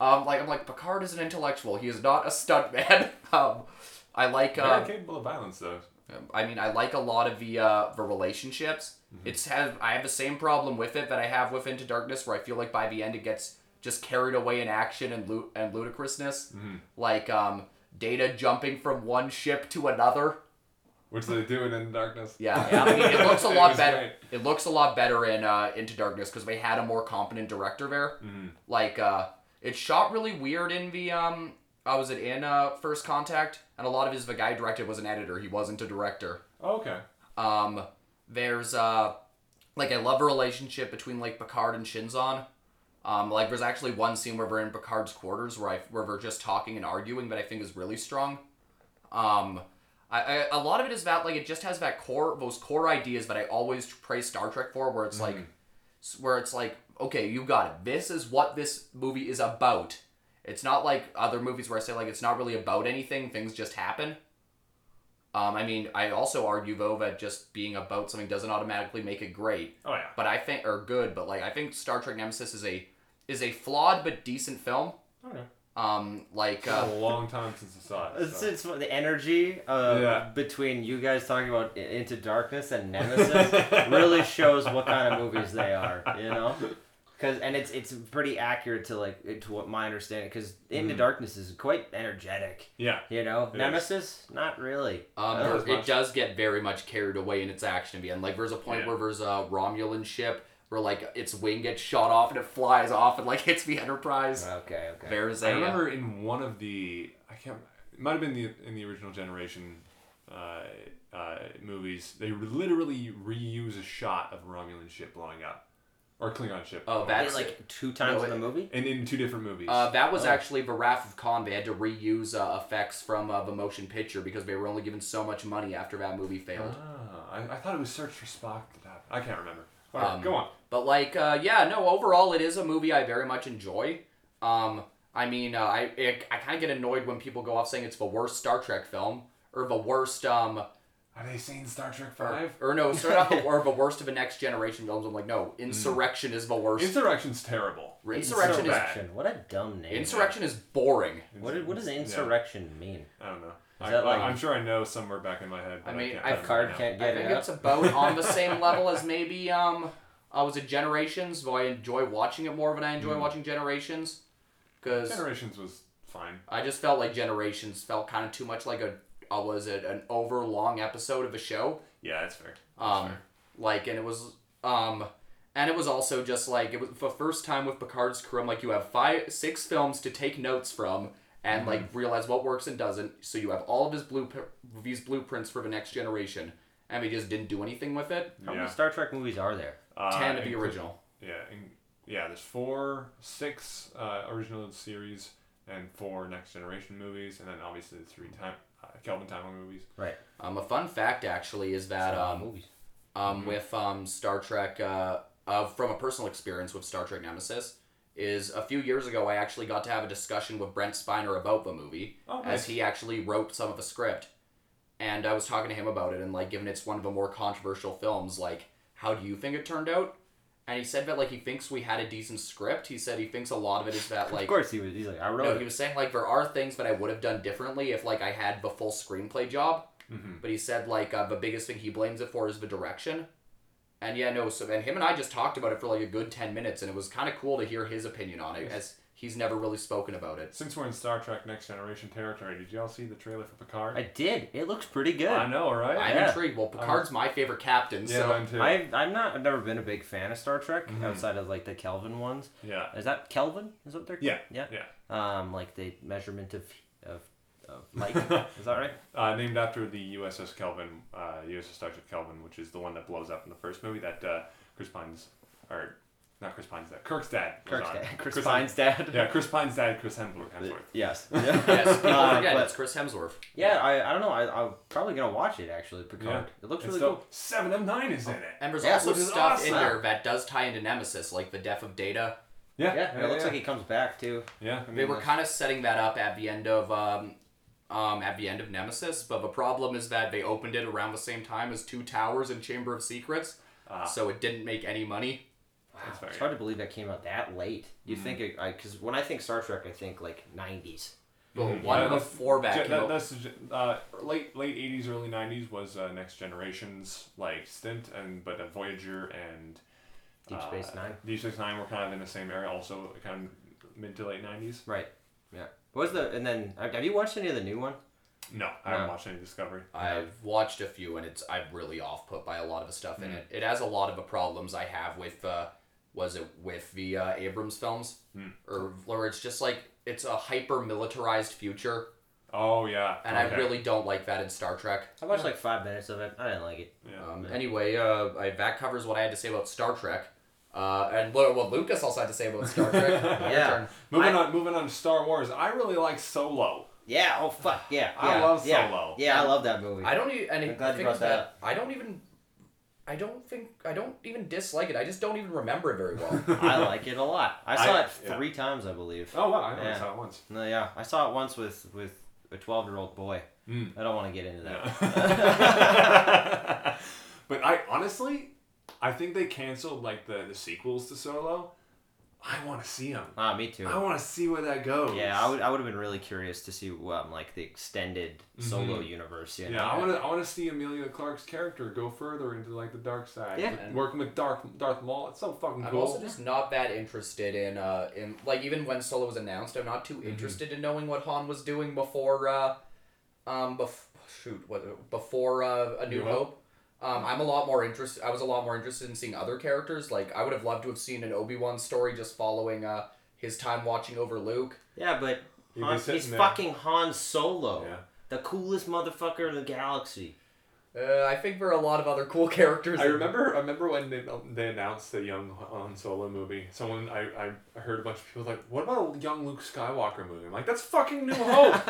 Speaker 4: Um, like I'm like Picard is an intellectual. He is not a stuntman. Um, I like.
Speaker 1: Very
Speaker 4: Uh,
Speaker 1: capable of violence, though.
Speaker 4: I mean, I like a lot of the uh, the relationships.
Speaker 1: Mm-hmm.
Speaker 4: It's have I have the same problem with it that I have with Into Darkness, where I feel like by the end it gets just carried away in action and lu- and
Speaker 1: Mm-hmm.
Speaker 4: ludicrousness. Like um, Data jumping from one ship to another.
Speaker 1: which they do in In the Darkness.
Speaker 4: Yeah, yeah, I mean, it looks a lot
Speaker 1: was
Speaker 4: better.
Speaker 1: great.
Speaker 4: It looks a lot better in uh, Into Darkness because they had a more competent director there.
Speaker 1: Mhm.
Speaker 4: Like, uh, it shot really weird in the um. I was it in uh, First Contact, and a lot of his the guy who directed was an editor. He wasn't a director.
Speaker 1: Oh, Okay.
Speaker 4: Um, there's uh, like I love the relationship between like Picard and Shinzon. Um, like there's actually one scene where we're in Picard's quarters where I where we're just talking and arguing that I think is really strong. Um, I, I a lot of it is that like it just has that core those core ideas that I always praise Star Trek for, where it's like s- where it's like okay you got it this is what this movie is about. It's not like other movies where I say like it's not really about anything things just happen. Um, I mean, I also argue though that just being about something doesn't automatically make it great.
Speaker 1: Oh yeah.
Speaker 4: But I think or good, but like I think Star Trek Nemesis is a is a flawed but decent film.
Speaker 1: Okay.
Speaker 4: Um, like
Speaker 1: It's
Speaker 4: uh,
Speaker 1: been a long time since I saw it.
Speaker 3: It's,
Speaker 1: So.
Speaker 3: it's the energy uh,
Speaker 1: Yeah.
Speaker 3: between you guys talking about I- Into Darkness and Nemesis really shows what kind of movies they are, you know? Cause, and it's it's pretty accurate to like it- to what my understanding because
Speaker 4: Mm.
Speaker 3: Into Darkness is quite energetic,
Speaker 1: Yeah.
Speaker 3: you know.
Speaker 1: is.
Speaker 3: Nemesis, not really.
Speaker 4: um,
Speaker 3: Uh,
Speaker 1: as
Speaker 4: there- it
Speaker 1: much.
Speaker 4: does get very much carried away in its action at the end. Like there's a point
Speaker 1: Yeah.
Speaker 4: where there's a Romulan ship where like its wing gets shot off and it flies off and like hits the Enterprise.
Speaker 3: okay, okay.
Speaker 4: There's
Speaker 1: I
Speaker 4: a uh,
Speaker 1: remember in one of the I can't it might have been the in the original generation uh, uh, movies they literally reuse a shot of a Romulan ship blowing up or Klingon ship. blowing
Speaker 4: oh
Speaker 1: up.
Speaker 4: that's like
Speaker 3: like two times
Speaker 4: No,
Speaker 3: in the
Speaker 4: it-
Speaker 3: movie.
Speaker 1: And in two different movies.
Speaker 4: Uh, that was actually the Wrath of Khan. They had to reuse uh, effects from uh, the motion picture because they were only given so much money after that movie failed.
Speaker 1: Ah, I, I thought it was Search for Spock that happened. I can't remember. All right,
Speaker 4: Um,
Speaker 1: go on.
Speaker 4: But like, uh, yeah, no. Overall, it is a movie I very much enjoy. Um, I mean, uh, I it, I kind of get annoyed when people go off saying it's the worst Star Trek film or the worst um
Speaker 1: Are they seen Star Trek
Speaker 4: or,
Speaker 1: Five?
Speaker 4: or no, start out the or the worst of the Next Generation films. I'm like, no, Insurrection is the worst.
Speaker 1: Insurrection's terrible.
Speaker 4: Hmm. Insurrection is-
Speaker 3: Insurrection. What a dumb name.
Speaker 4: Insurrection is boring.
Speaker 3: What, is- what does
Speaker 1: Yeah,
Speaker 3: insurrection mean?
Speaker 1: I don't know. I,
Speaker 3: that like-
Speaker 1: I'm sure I know somewhere back in my head. But
Speaker 4: I mean,
Speaker 1: can't
Speaker 4: I-
Speaker 1: remember
Speaker 3: Card
Speaker 1: now.
Speaker 3: can't
Speaker 4: I
Speaker 3: get
Speaker 4: think
Speaker 3: it.
Speaker 4: it's about on the same level as maybe um I was at Generations, though I enjoy watching it more than I
Speaker 3: Mm.
Speaker 4: enjoy watching Generations because
Speaker 1: Generations was fine.
Speaker 4: I just felt like Generations felt kind of too much like a uh, was it an over long episode of a show.
Speaker 1: Yeah, that's fair. That's
Speaker 4: Um,
Speaker 1: fair.
Speaker 4: like and it was um, and it was also just like it was the first time with Picard's crew. I'm like, you have five, six films to take notes from and
Speaker 3: Mm-hmm.
Speaker 4: like realize what works and doesn't. So you have all of his blue these blueprints for the next generation, and we just didn't do anything with it.
Speaker 3: How
Speaker 1: yeah.
Speaker 3: many Star Trek movies are there?
Speaker 1: Uh,
Speaker 4: Ten of the
Speaker 1: inclu-
Speaker 4: original.
Speaker 1: Yeah, in, yeah. There's four, six uh, original series, and four Next Generation movies, and then obviously the three time uh, Kelvin Timeline movies.
Speaker 4: Um, a fun fact actually is that um,
Speaker 3: movies.
Speaker 1: Mm-hmm.
Speaker 4: um with um Star Trek uh, uh from a personal experience with Star Trek Nemesis is a few years ago I actually got to have a discussion with Brent Spiner about the movie
Speaker 1: Oh,
Speaker 4: as
Speaker 1: nice.
Speaker 4: he actually wrote some of the script, and I was talking to him about it and like given it's one of the more controversial films like how do you think it turned out. And he said that like he thinks we had a decent script. He said he thinks a lot of it is that
Speaker 3: of
Speaker 4: like
Speaker 3: course, he was. He's like, I wrote
Speaker 4: no,
Speaker 3: it.
Speaker 4: he was saying like there are things that I would have done differently if like I had the full screenplay job.
Speaker 3: Mm-hmm.
Speaker 4: But he said like uh, the biggest thing he blames it for is the direction. And yeah, no. So and him and I just talked about it for like a good ten minutes, and it was kind of cool to hear his opinion on it, as he's never really spoken about it.
Speaker 1: Since we're in Star Trek Next Generation territory, did y'all see the trailer for Picard?
Speaker 3: I did. It looks pretty good.
Speaker 1: I know, right?
Speaker 4: I'm
Speaker 3: Yeah.
Speaker 4: intrigued. Well, Picard's my favorite captain,
Speaker 1: yeah,
Speaker 4: so
Speaker 1: mine too.
Speaker 3: I, I'm not. I've never been a big fan of Star Trek
Speaker 1: Mm-hmm.
Speaker 3: outside of like the Kelvin ones.
Speaker 1: yeah.
Speaker 3: Is that Kelvin? Is what they're
Speaker 1: Yeah.
Speaker 3: yeah
Speaker 1: Yeah.
Speaker 3: Um, like the measurement of of, of light. is that right?
Speaker 1: Uh, named after the USS Kelvin, uh, USS Starship Kelvin, which is the one that blows up in the first movie that uh, Chris Pine's, or not Chris Pine's dad, Kirk's dad. was
Speaker 3: Kirk's
Speaker 1: on.
Speaker 3: dad. Chris, Pine's dad.
Speaker 1: Yeah, Chris Pine's dad, Chris Hemsworth. Hemsworth.
Speaker 3: Yes.
Speaker 4: yes, people
Speaker 3: Uh,
Speaker 4: forget
Speaker 3: but-
Speaker 4: it's Chris Hemsworth.
Speaker 3: yeah. I, I don't know. I, I'm probably gonna watch it actually. Picard. It looks
Speaker 1: And
Speaker 3: really
Speaker 1: so
Speaker 3: cool.
Speaker 1: Seven of Nine is in it.
Speaker 4: And there's
Speaker 3: Yeah,
Speaker 4: also
Speaker 3: which is
Speaker 4: stuff in
Speaker 3: awesome.
Speaker 4: there that does tie into Nemesis, like the death of Data.
Speaker 1: Yeah,
Speaker 3: Yeah. and it looks like he comes back too.
Speaker 1: yeah.
Speaker 3: I
Speaker 4: They
Speaker 3: mean,
Speaker 4: were kind of setting that up at the end of um, um, at the end of Nemesis, but the problem is that they opened it around the same time as Two Towers and Chamber of Secrets,
Speaker 1: Ah.
Speaker 4: so it didn't make any money.
Speaker 1: That's very Mm-hmm.
Speaker 3: It's hard to believe that came out that late. You think it? Because when I think Star Trek, I think like '90s.
Speaker 4: But one of the four back
Speaker 1: Ge- Mm-hmm.
Speaker 4: came
Speaker 1: that-
Speaker 4: out-
Speaker 1: that's the ge- uh, late late eighties, early nineties was uh, Next Generation's like stint, and but uh, Voyager and
Speaker 3: Deep
Speaker 1: uh,
Speaker 3: Space Nine.
Speaker 1: Deep Space Nine were kind of in the same area, also kind of mid to late nineties.
Speaker 3: uh, Right. Yeah. What was the and then have have you watched any of the new one?
Speaker 1: No, I haven't
Speaker 3: No.
Speaker 1: watched any Discovery.
Speaker 4: I've watched a few, and it's I'm really off put by a lot of the stuff in it.
Speaker 1: Mm.
Speaker 4: It has a lot of the problems I have with uh, was it with the uh, Abrams films,
Speaker 1: Mm.
Speaker 4: or where it's just like it's a hyper militarized future,
Speaker 1: Oh yeah,
Speaker 4: and I
Speaker 1: okay.
Speaker 4: really don't like that in Star Trek.
Speaker 3: I watched like five minutes of it. I didn't like it.
Speaker 1: yeah.
Speaker 4: Um, anyway, uh, I, that covers what I had to say about Star Trek. Uh, and what, what Lucas also had to say about Star Trek. Your
Speaker 3: Yeah.
Speaker 4: turn.
Speaker 1: moving on, moving on to Star Wars. I really like Solo.
Speaker 3: Yeah. Oh fuck. Yeah.
Speaker 1: I
Speaker 3: yeah,
Speaker 1: love
Speaker 3: yeah,
Speaker 1: Solo.
Speaker 3: Yeah, I love that movie.
Speaker 4: I don't even. And
Speaker 3: I'm
Speaker 4: it-
Speaker 3: glad
Speaker 4: the
Speaker 3: you
Speaker 4: thing
Speaker 3: brought
Speaker 4: is
Speaker 3: that
Speaker 4: I don't even. I don't think I don't even dislike it. I just don't even remember it very well.
Speaker 3: I like it a lot. I saw
Speaker 1: I-
Speaker 3: it
Speaker 1: yeah.
Speaker 3: three times, I believe.
Speaker 1: Oh wow, I only
Speaker 3: Yeah.
Speaker 1: saw it once.
Speaker 3: No, yeah, I saw it once with with a twelve year old boy.
Speaker 1: Mm.
Speaker 3: I don't want to get into that.
Speaker 1: Yeah. but I honestly, I think they canceled like the the sequels to Solo. I want to see them.
Speaker 3: Ah, me too.
Speaker 1: I want to see where that goes.
Speaker 3: Yeah, I would. I would have been really curious to see um, like the extended solo
Speaker 1: Mm-hmm.
Speaker 3: universe. You
Speaker 1: Yeah,
Speaker 3: know?
Speaker 1: I want to. I want to see Amelia Clark's character go further into like the dark side.
Speaker 3: Yeah.
Speaker 1: With- working with Darth Darth Maul, it's so fucking
Speaker 4: I'm
Speaker 1: cool.
Speaker 4: also just not that interested in uh in like even when Solo was announced, I'm not
Speaker 1: Mm-hmm.
Speaker 4: too interested in knowing what Han was doing before uh um bef- shoot what before uh, a New
Speaker 1: New Hope?
Speaker 4: Hope. Um, I'm a lot more interested. I was a lot more interested in seeing other characters. Like I would have loved to have seen an Obi Wan story just following uh his time watching over Luke.
Speaker 3: Yeah, but
Speaker 1: You'd be
Speaker 3: Han,
Speaker 1: sitting
Speaker 3: he's
Speaker 1: there.
Speaker 3: fucking Han Solo,
Speaker 1: Yeah.
Speaker 3: the coolest motherfucker in the galaxy.
Speaker 4: Uh, I think there are a lot of other cool characters.
Speaker 1: I
Speaker 4: in-
Speaker 1: remember. I remember when they, um, they announced the young Han Solo movie. Someone I, I heard a bunch of people like, "What about a young Luke Skywalker movie?" I'm like, "That's fucking New Hope.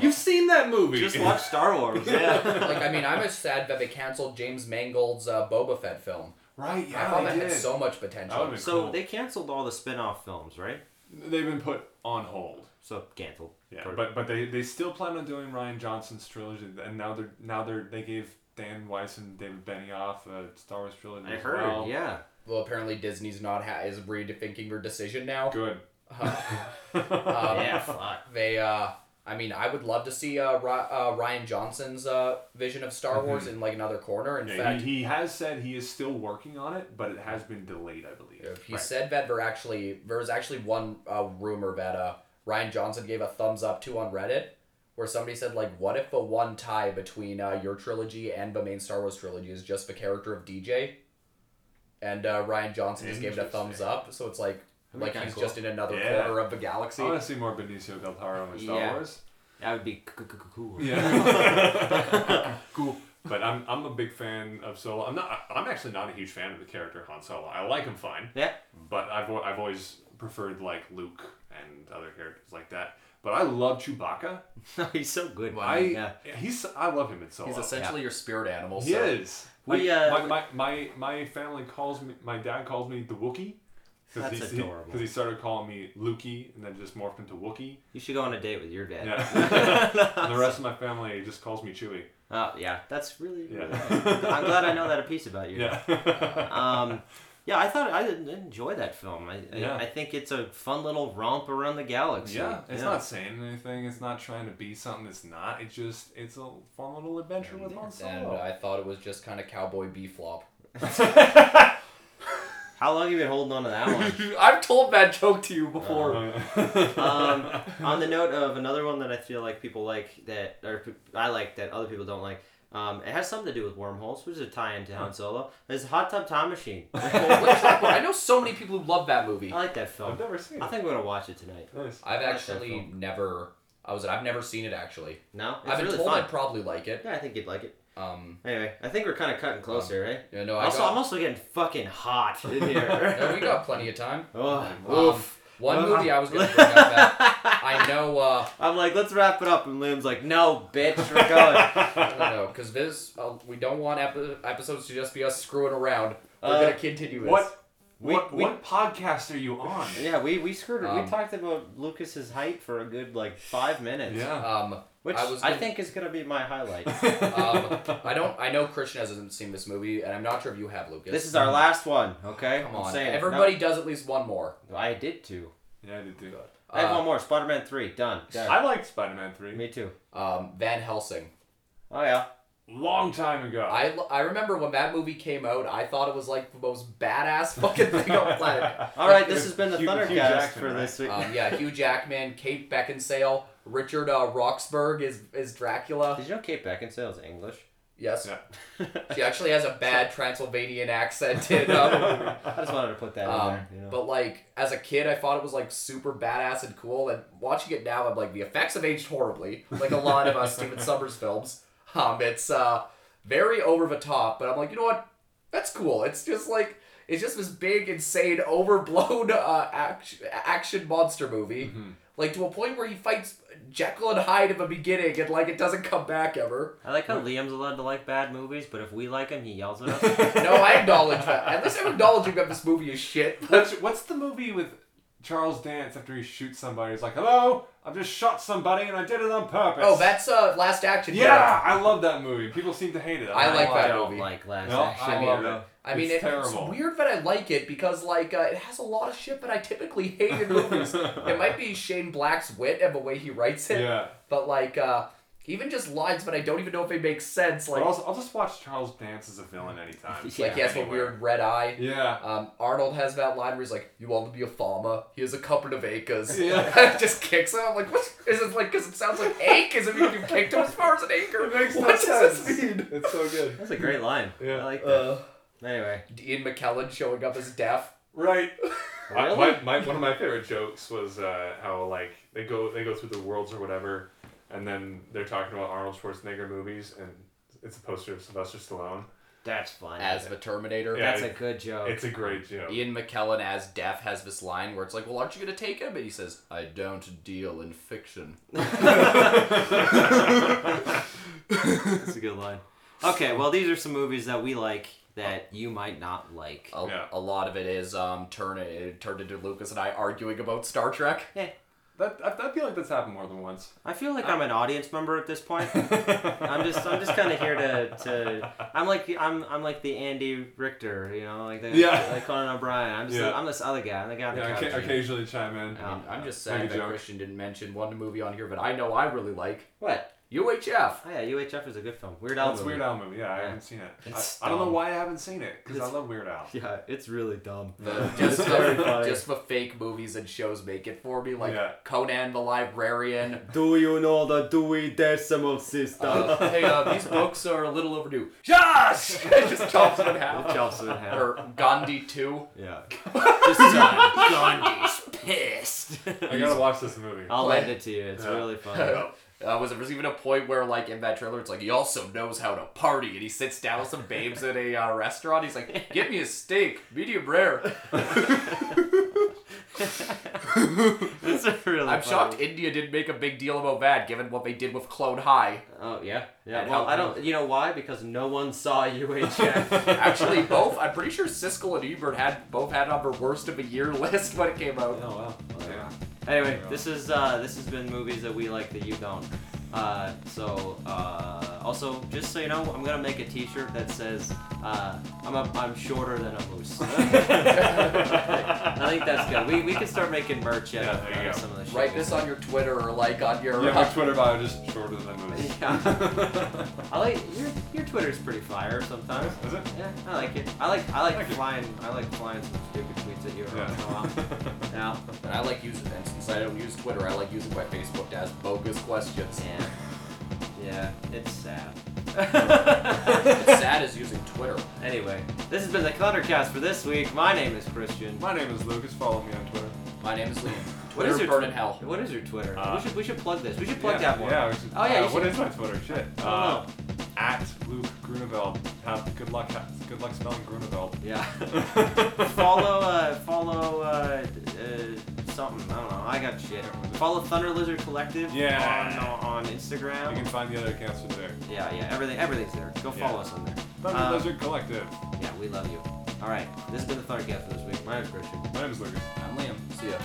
Speaker 1: You've seen that movie.
Speaker 3: Just watch Star Wars. Yeah.
Speaker 4: like I mean, I'm just sad that they canceled James Mangold's uh, Boba Fett film.
Speaker 1: right?
Speaker 4: I
Speaker 1: Yeah,
Speaker 4: thought
Speaker 1: they
Speaker 4: that
Speaker 1: did.
Speaker 4: had so much
Speaker 1: That would've
Speaker 4: potential.
Speaker 1: been
Speaker 3: so
Speaker 1: cool.
Speaker 3: they canceled all the spin off films, right?
Speaker 1: They've been put on hold.
Speaker 3: So canceled.
Speaker 1: Yeah,
Speaker 3: Sort
Speaker 1: but
Speaker 3: of.
Speaker 1: but they, they still plan on doing Ryan Johnson's trilogy, and now they're now they're they gave Dan Weiss and David Benioff a Star Wars trilogy.
Speaker 3: I
Speaker 1: as
Speaker 3: heard.
Speaker 1: well.
Speaker 3: Yeah.
Speaker 4: Well, apparently Disney's not ha- is rethinking their decision now.
Speaker 1: Good.
Speaker 4: Uh,
Speaker 1: yeah.
Speaker 3: yeah. Fuck.
Speaker 4: they, uh, I mean, I would love to see uh, Ri- uh, Ryan Johnson's uh, vision of Star Wars in like another corner. In fact,
Speaker 1: he, he has said he is still working on it, but it has been delayed, I believe.
Speaker 4: he said that there actually there was actually one uh, rumor that uh, Ryan Johnson gave a thumbs up to on Reddit. Where somebody said, like, what if the one tie between uh, your trilogy and the main Star Wars trilogy is just the character of DJ? And uh, Ryan Johnson just gave it a thumbs
Speaker 1: Interesting.
Speaker 4: up, so it's like,
Speaker 3: be
Speaker 4: like
Speaker 3: kinda
Speaker 4: he's
Speaker 3: cool.
Speaker 4: just in another
Speaker 1: Yeah.
Speaker 4: corner of the galaxy.
Speaker 1: I want to see more Benicio del Toro in Star
Speaker 3: Yeah.
Speaker 1: Wars.
Speaker 3: That would be c- c- c- cool.
Speaker 1: Yeah. cool. But I'm I'm a big fan of Solo. I'm not. I'm actually not a huge fan of the character Han Solo. I like him fine.
Speaker 3: Yeah.
Speaker 1: But I've al- I've always preferred like Luke and other characters like that. But I love Chewbacca.
Speaker 3: he's so good.
Speaker 1: I
Speaker 3: Mm, yeah.
Speaker 1: he's I love him in Solo.
Speaker 4: He's essentially your spirit animal.
Speaker 1: he
Speaker 4: so-
Speaker 1: is.
Speaker 3: We,
Speaker 1: Like, my,
Speaker 3: uh,
Speaker 1: my, my my family calls me. My dad calls me the Wookie.
Speaker 3: That's
Speaker 1: he's,
Speaker 3: adorable.
Speaker 1: Because he started calling me Lukey, and then just morphed into Wookie.
Speaker 3: You should go on a date with your dad.
Speaker 1: Yeah. and the rest of my family just calls me Chewy.
Speaker 3: Oh yeah, that's really.
Speaker 1: Yeah.
Speaker 3: I'm glad I know that a piece about you.
Speaker 1: Yeah.
Speaker 3: Um, yeah, I thought I did enjoy that film. I,
Speaker 1: Yeah.
Speaker 3: I I think it's a fun little romp around the galaxy.
Speaker 1: yeah. It's not saying anything. It's not trying to be something. It's not. It's just it's a fun little adventure with Han
Speaker 4: And
Speaker 1: Solo.
Speaker 4: I thought it was just kind of cowboy B flop.
Speaker 3: How long you been holding on to that one?
Speaker 4: I've told that joke to you before.
Speaker 1: Uh-huh.
Speaker 3: um, on the note of another one that I feel like people like that, or pe- I like that other people don't like. Um, it has something to do with wormholes, which is a tie-in to Han Solo. It's Hot Tub Time Machine. I
Speaker 4: I know so many people who love that movie.
Speaker 3: like that film.
Speaker 1: I've never seen
Speaker 3: I
Speaker 1: it.
Speaker 3: think we're gonna watch it tonight.
Speaker 1: Nice.
Speaker 4: I've
Speaker 3: Uh, that
Speaker 4: actually
Speaker 3: film.
Speaker 4: never. I was. I've never seen it actually.
Speaker 3: No, it's
Speaker 4: I've been
Speaker 3: really
Speaker 4: told
Speaker 3: fun.
Speaker 4: I'd probably like it.
Speaker 3: Yeah, I think you'd like it.
Speaker 4: Um.
Speaker 3: Anyway, I think we're kind of cutting close here, right?
Speaker 4: You know, I
Speaker 3: Also,
Speaker 4: got,
Speaker 3: I'm also getting fucking hot in
Speaker 4: no, we
Speaker 3: here.
Speaker 4: got plenty of time.
Speaker 3: oh,
Speaker 4: Um,
Speaker 3: oof.
Speaker 4: One
Speaker 3: Well,
Speaker 4: movie I was gonna bring up that I know. Uh,
Speaker 3: I'm like, let's wrap it up, and Liam's like, no, bitch, we're going.
Speaker 4: I don't know because this uh, we don't want epi- episodes to just be us screwing around. We're
Speaker 3: Uh,
Speaker 4: gonna continue this.
Speaker 1: What
Speaker 3: We-
Speaker 1: what
Speaker 3: we-
Speaker 1: what podcast are you on?
Speaker 3: yeah, we we screwed it.
Speaker 4: Um,
Speaker 3: we talked about Lucas's height for a good like five minutes.
Speaker 1: Yeah.
Speaker 4: Um.
Speaker 3: which
Speaker 4: I
Speaker 3: I,
Speaker 4: was gonna-
Speaker 3: think is gonna be my highlight.
Speaker 4: um, I don't. I know Christian hasn't seen this movie, and I'm not sure if you have, Lucas.
Speaker 3: this is our last one, okay?
Speaker 4: um, Come
Speaker 3: I'm
Speaker 4: on,
Speaker 3: saying it.
Speaker 4: everybody does at least one more.
Speaker 3: No, I did too.
Speaker 1: Yeah, I did too.
Speaker 3: I have
Speaker 4: Uh,
Speaker 3: one more. Spider-Man three done. Done.
Speaker 1: I liked Spider Man Three.
Speaker 3: Me too.
Speaker 4: Um, Van Helsing.
Speaker 3: Oh yeah.
Speaker 1: long time ago.
Speaker 4: I, l- I remember when that movie came out, I thought it was like the most badass fucking thing on the planet.
Speaker 3: All right,
Speaker 4: Like,
Speaker 3: this has been the
Speaker 1: Hugh- Hugh
Speaker 3: Thundercast
Speaker 1: Jackman,
Speaker 3: for this week.
Speaker 4: Um, yeah, Hugh Jackman, Kate Beckinsale, Richard uh, Roxburgh is is Dracula.
Speaker 3: Did you know Kate Beckinsale is English?
Speaker 4: Yes,
Speaker 1: Yeah.
Speaker 4: she actually has a bad Transylvanian accent in um,
Speaker 3: I just wanted to put that in
Speaker 4: um,
Speaker 3: there. You know.
Speaker 4: But like as a kid, I thought it was like super badass and cool. And watching it now, I'm like the effects have aged horribly, like a lot of uh, Steven Summers films. Um, it's uh, very over the top, but I'm like, you know what? That's cool. It's just like it's just this big, insane, overblown uh, action, action monster movie. Like to a point where he fights Jekyll and Hyde in the beginning, and like it doesn't come back ever.
Speaker 3: I like how Liam's allowed to like bad movies, but if we like him, he yells at us.
Speaker 4: No, I acknowledge that. At least I'm acknowledging that this movie is shit.
Speaker 1: What's, what's the movie with Charles Dance after he shoots somebody? He's like, "Hello, I've just shot somebody and I did it on purpose."
Speaker 4: Oh, that's uh, Last Action. Hero.
Speaker 1: Yeah, I love that movie. People seem to hate it.
Speaker 4: I like
Speaker 1: why.
Speaker 4: that
Speaker 3: I don't
Speaker 4: movie.
Speaker 3: like Last
Speaker 1: No,
Speaker 3: Action
Speaker 1: I
Speaker 3: Hero.
Speaker 1: love it.
Speaker 4: I mean,
Speaker 1: it's
Speaker 4: it-
Speaker 1: terrible.
Speaker 4: it's weird that I like it because, like, uh, it has a lot of shit that I typically hate in movies. it might be Shane Black's wit and the way he writes it,
Speaker 1: Yeah,
Speaker 4: but, like, uh, even just lines that I don't even know if they make sense.
Speaker 1: but
Speaker 4: Like,
Speaker 1: also, I'll just watch Charles Dance as a villain anytime.
Speaker 3: Yeah,
Speaker 4: like he has a
Speaker 1: anywhere.
Speaker 4: weird red eye.
Speaker 1: Yeah.
Speaker 4: Um, Arnold has that line where he's like, "You want to be a farmer? Here's a couple of acres."
Speaker 1: Yeah.
Speaker 4: just kicks him. I'm like, "What is it like?" Because it sounds like acres. If you you kicked him as far as an acre, what does this mean?
Speaker 1: It's so good.
Speaker 3: That's a great line.
Speaker 1: Yeah.
Speaker 3: I like that.
Speaker 4: Uh,
Speaker 3: Anyway,
Speaker 4: Ian McKellen showing up as deaf.
Speaker 1: Right.
Speaker 3: Really?
Speaker 6: I, my, my, one of my favorite jokes was uh, how like they go they go through the worlds or whatever, and then they're talking about Arnold Schwarzenegger movies, and it's a poster of Sylvester Stallone.
Speaker 3: that's funny.
Speaker 4: as the Terminator.
Speaker 6: Yeah.
Speaker 3: that's a good joke.
Speaker 6: It's a great joke.
Speaker 4: Ian McKellen as Deaf has this line where it's like, "Well, aren't you gonna take him?" And he says, "I don't deal in fiction."
Speaker 3: That's a good line. Okay, well, these are some movies that we like that you might not like.
Speaker 4: A,
Speaker 1: Yeah.
Speaker 4: a lot of it is um, turn it turned into Lucas and I arguing about Star Trek.
Speaker 1: That I, I feel like that's happened more than once.
Speaker 3: I feel like I'm an audience member at this point. I'm just, I'm just kind of here to, to, I'm like, I'm, I'm like the Andy Richter, you know, like the,
Speaker 1: Yeah.
Speaker 3: like Conan O'Brien. I'm just,
Speaker 1: Yeah.
Speaker 3: I'm this other guy. I'm the guy on the
Speaker 1: Yeah, I
Speaker 3: couch.
Speaker 1: ca- occasionally chime in.
Speaker 3: Yeah.
Speaker 4: I'm just
Speaker 1: Make a
Speaker 4: sad that
Speaker 1: joke.
Speaker 4: Christian didn't mention one movie on here, but I know I really like
Speaker 3: What?
Speaker 4: UHF.
Speaker 3: Oh yeah, UHF is a good film. Weird Al.
Speaker 1: That's
Speaker 3: movie.
Speaker 1: Weird Al movie. Yeah, I
Speaker 3: Yeah.
Speaker 1: haven't seen it.
Speaker 3: It's
Speaker 1: I, I don't know
Speaker 3: dumb.
Speaker 1: why I haven't seen it because I
Speaker 3: It's-
Speaker 1: love Weird Al.
Speaker 3: Yeah, it's really dumb.
Speaker 4: The, Uh, just,
Speaker 3: It's very
Speaker 4: the,
Speaker 3: funny.
Speaker 4: just the fake movies and shows make it for me, like
Speaker 1: Yeah.
Speaker 4: Conan the Librarian.
Speaker 3: Do you know the Dewey Decimal System?
Speaker 4: Uh, hey, uh, these books are a little overdue. Yes! just chops it in half.
Speaker 3: Chops it in half.
Speaker 4: Or Gandhi 2.
Speaker 3: Yeah. This uh, time, Gandhi's pissed.
Speaker 6: I gotta watch this movie.
Speaker 3: I'll
Speaker 4: Play.
Speaker 3: lend it to you. It's
Speaker 1: Yeah.
Speaker 3: really funny.
Speaker 4: Uh, was there was even a point where, like, in that trailer, it's like, he also knows how to party, and he sits down with some babes at a uh, restaurant. He's like, give me a steak, medium rare.
Speaker 3: it's a really.
Speaker 4: I'm
Speaker 3: funny-
Speaker 4: shocked India didn't make a big deal about that, given what they did with Clone High.
Speaker 3: Oh yeah, yeah.
Speaker 4: And
Speaker 3: Well,
Speaker 4: how-
Speaker 3: I don't. You know why? Because no one saw UHF.
Speaker 4: Actually, both, I'm pretty sure Siskel and Ebert had both had on their worst of a year list when it came out.
Speaker 1: Oh wow. Yeah.
Speaker 3: anyway, this is uh, this has been movies that we like that you don't. Uh, so uh, also, just so you know, I'm gonna make a T-shirt that says uh, I'm a, I'm shorter than a moose. I think that's good. We, we can start making merch out
Speaker 1: Yeah,
Speaker 3: of
Speaker 1: there you
Speaker 3: uh,
Speaker 1: go.
Speaker 3: some of the shit.
Speaker 4: Write this on your Twitter or, like, on your. uh,
Speaker 1: Yeah, my Twitter bio is just shorter than that movie.
Speaker 3: Yeah. I like your your Twitter's pretty fire sometimes.
Speaker 1: Is it?
Speaker 3: Yeah, I like it. I like I like flying I like flying some stupid tweets at you every
Speaker 1: Yeah.
Speaker 3: once in a while. Yeah.
Speaker 4: And I like using and since I don't use Twitter, I like using my Facebook to ask bogus questions.
Speaker 3: Yeah. Yeah. It's sad.
Speaker 4: What's sad is using Twitter.
Speaker 3: anyway, this has been the Cluttercast for this week. My name is Christian.
Speaker 1: My name is Lucas. Follow me on Twitter.
Speaker 4: My name is Liam.
Speaker 3: What is
Speaker 4: Twitter
Speaker 3: your
Speaker 4: burn in hell.
Speaker 3: What is your Twitter?
Speaker 1: Uh,
Speaker 3: we should we should plug this. We should plug
Speaker 1: yeah,
Speaker 3: that one.
Speaker 1: Yeah. we should-
Speaker 3: Oh, yeah,
Speaker 1: uh,
Speaker 3: you
Speaker 1: What
Speaker 3: should-
Speaker 1: is my Twitter? Shit.
Speaker 3: I don't
Speaker 1: Uh,
Speaker 3: know.
Speaker 1: at Luke Grunewald. Have good luck. Good luck spelling Grunewald.
Speaker 3: Yeah. follow uh follow uh, uh something. I don't know. I got shit. Follow Thunder Lizard Collective uh,
Speaker 1: Yeah.
Speaker 3: on on Instagram.
Speaker 1: You can find the other accounts through there.
Speaker 3: Yeah, yeah, everything, everything's there. Go
Speaker 1: Yeah.
Speaker 3: follow us on there.
Speaker 1: Thunder
Speaker 3: Um,
Speaker 1: Lizard Collective.
Speaker 3: Yeah, we love you. All right, this has been the Thundercast for this week. My name's Christian.
Speaker 1: My name is Lucas.
Speaker 4: I'm Liam. See ya.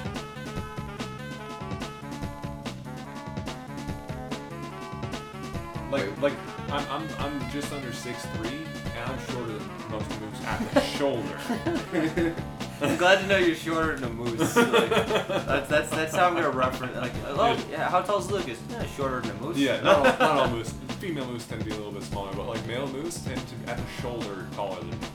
Speaker 1: Like, like, I'm, I'm, I'm just under 6'3", and I'm shorter than most moves at the shoulder.
Speaker 3: I'm glad to know you're shorter than a moose. Like, that's, that's that's how I'm gonna reference. Like, oh yeah, how tall is Lucas? Yeah, shorter than a moose.
Speaker 1: Yeah, not all, not all moose. Female moose tend to be a little bit smaller, but like male moose tend to be at the shoulder taller than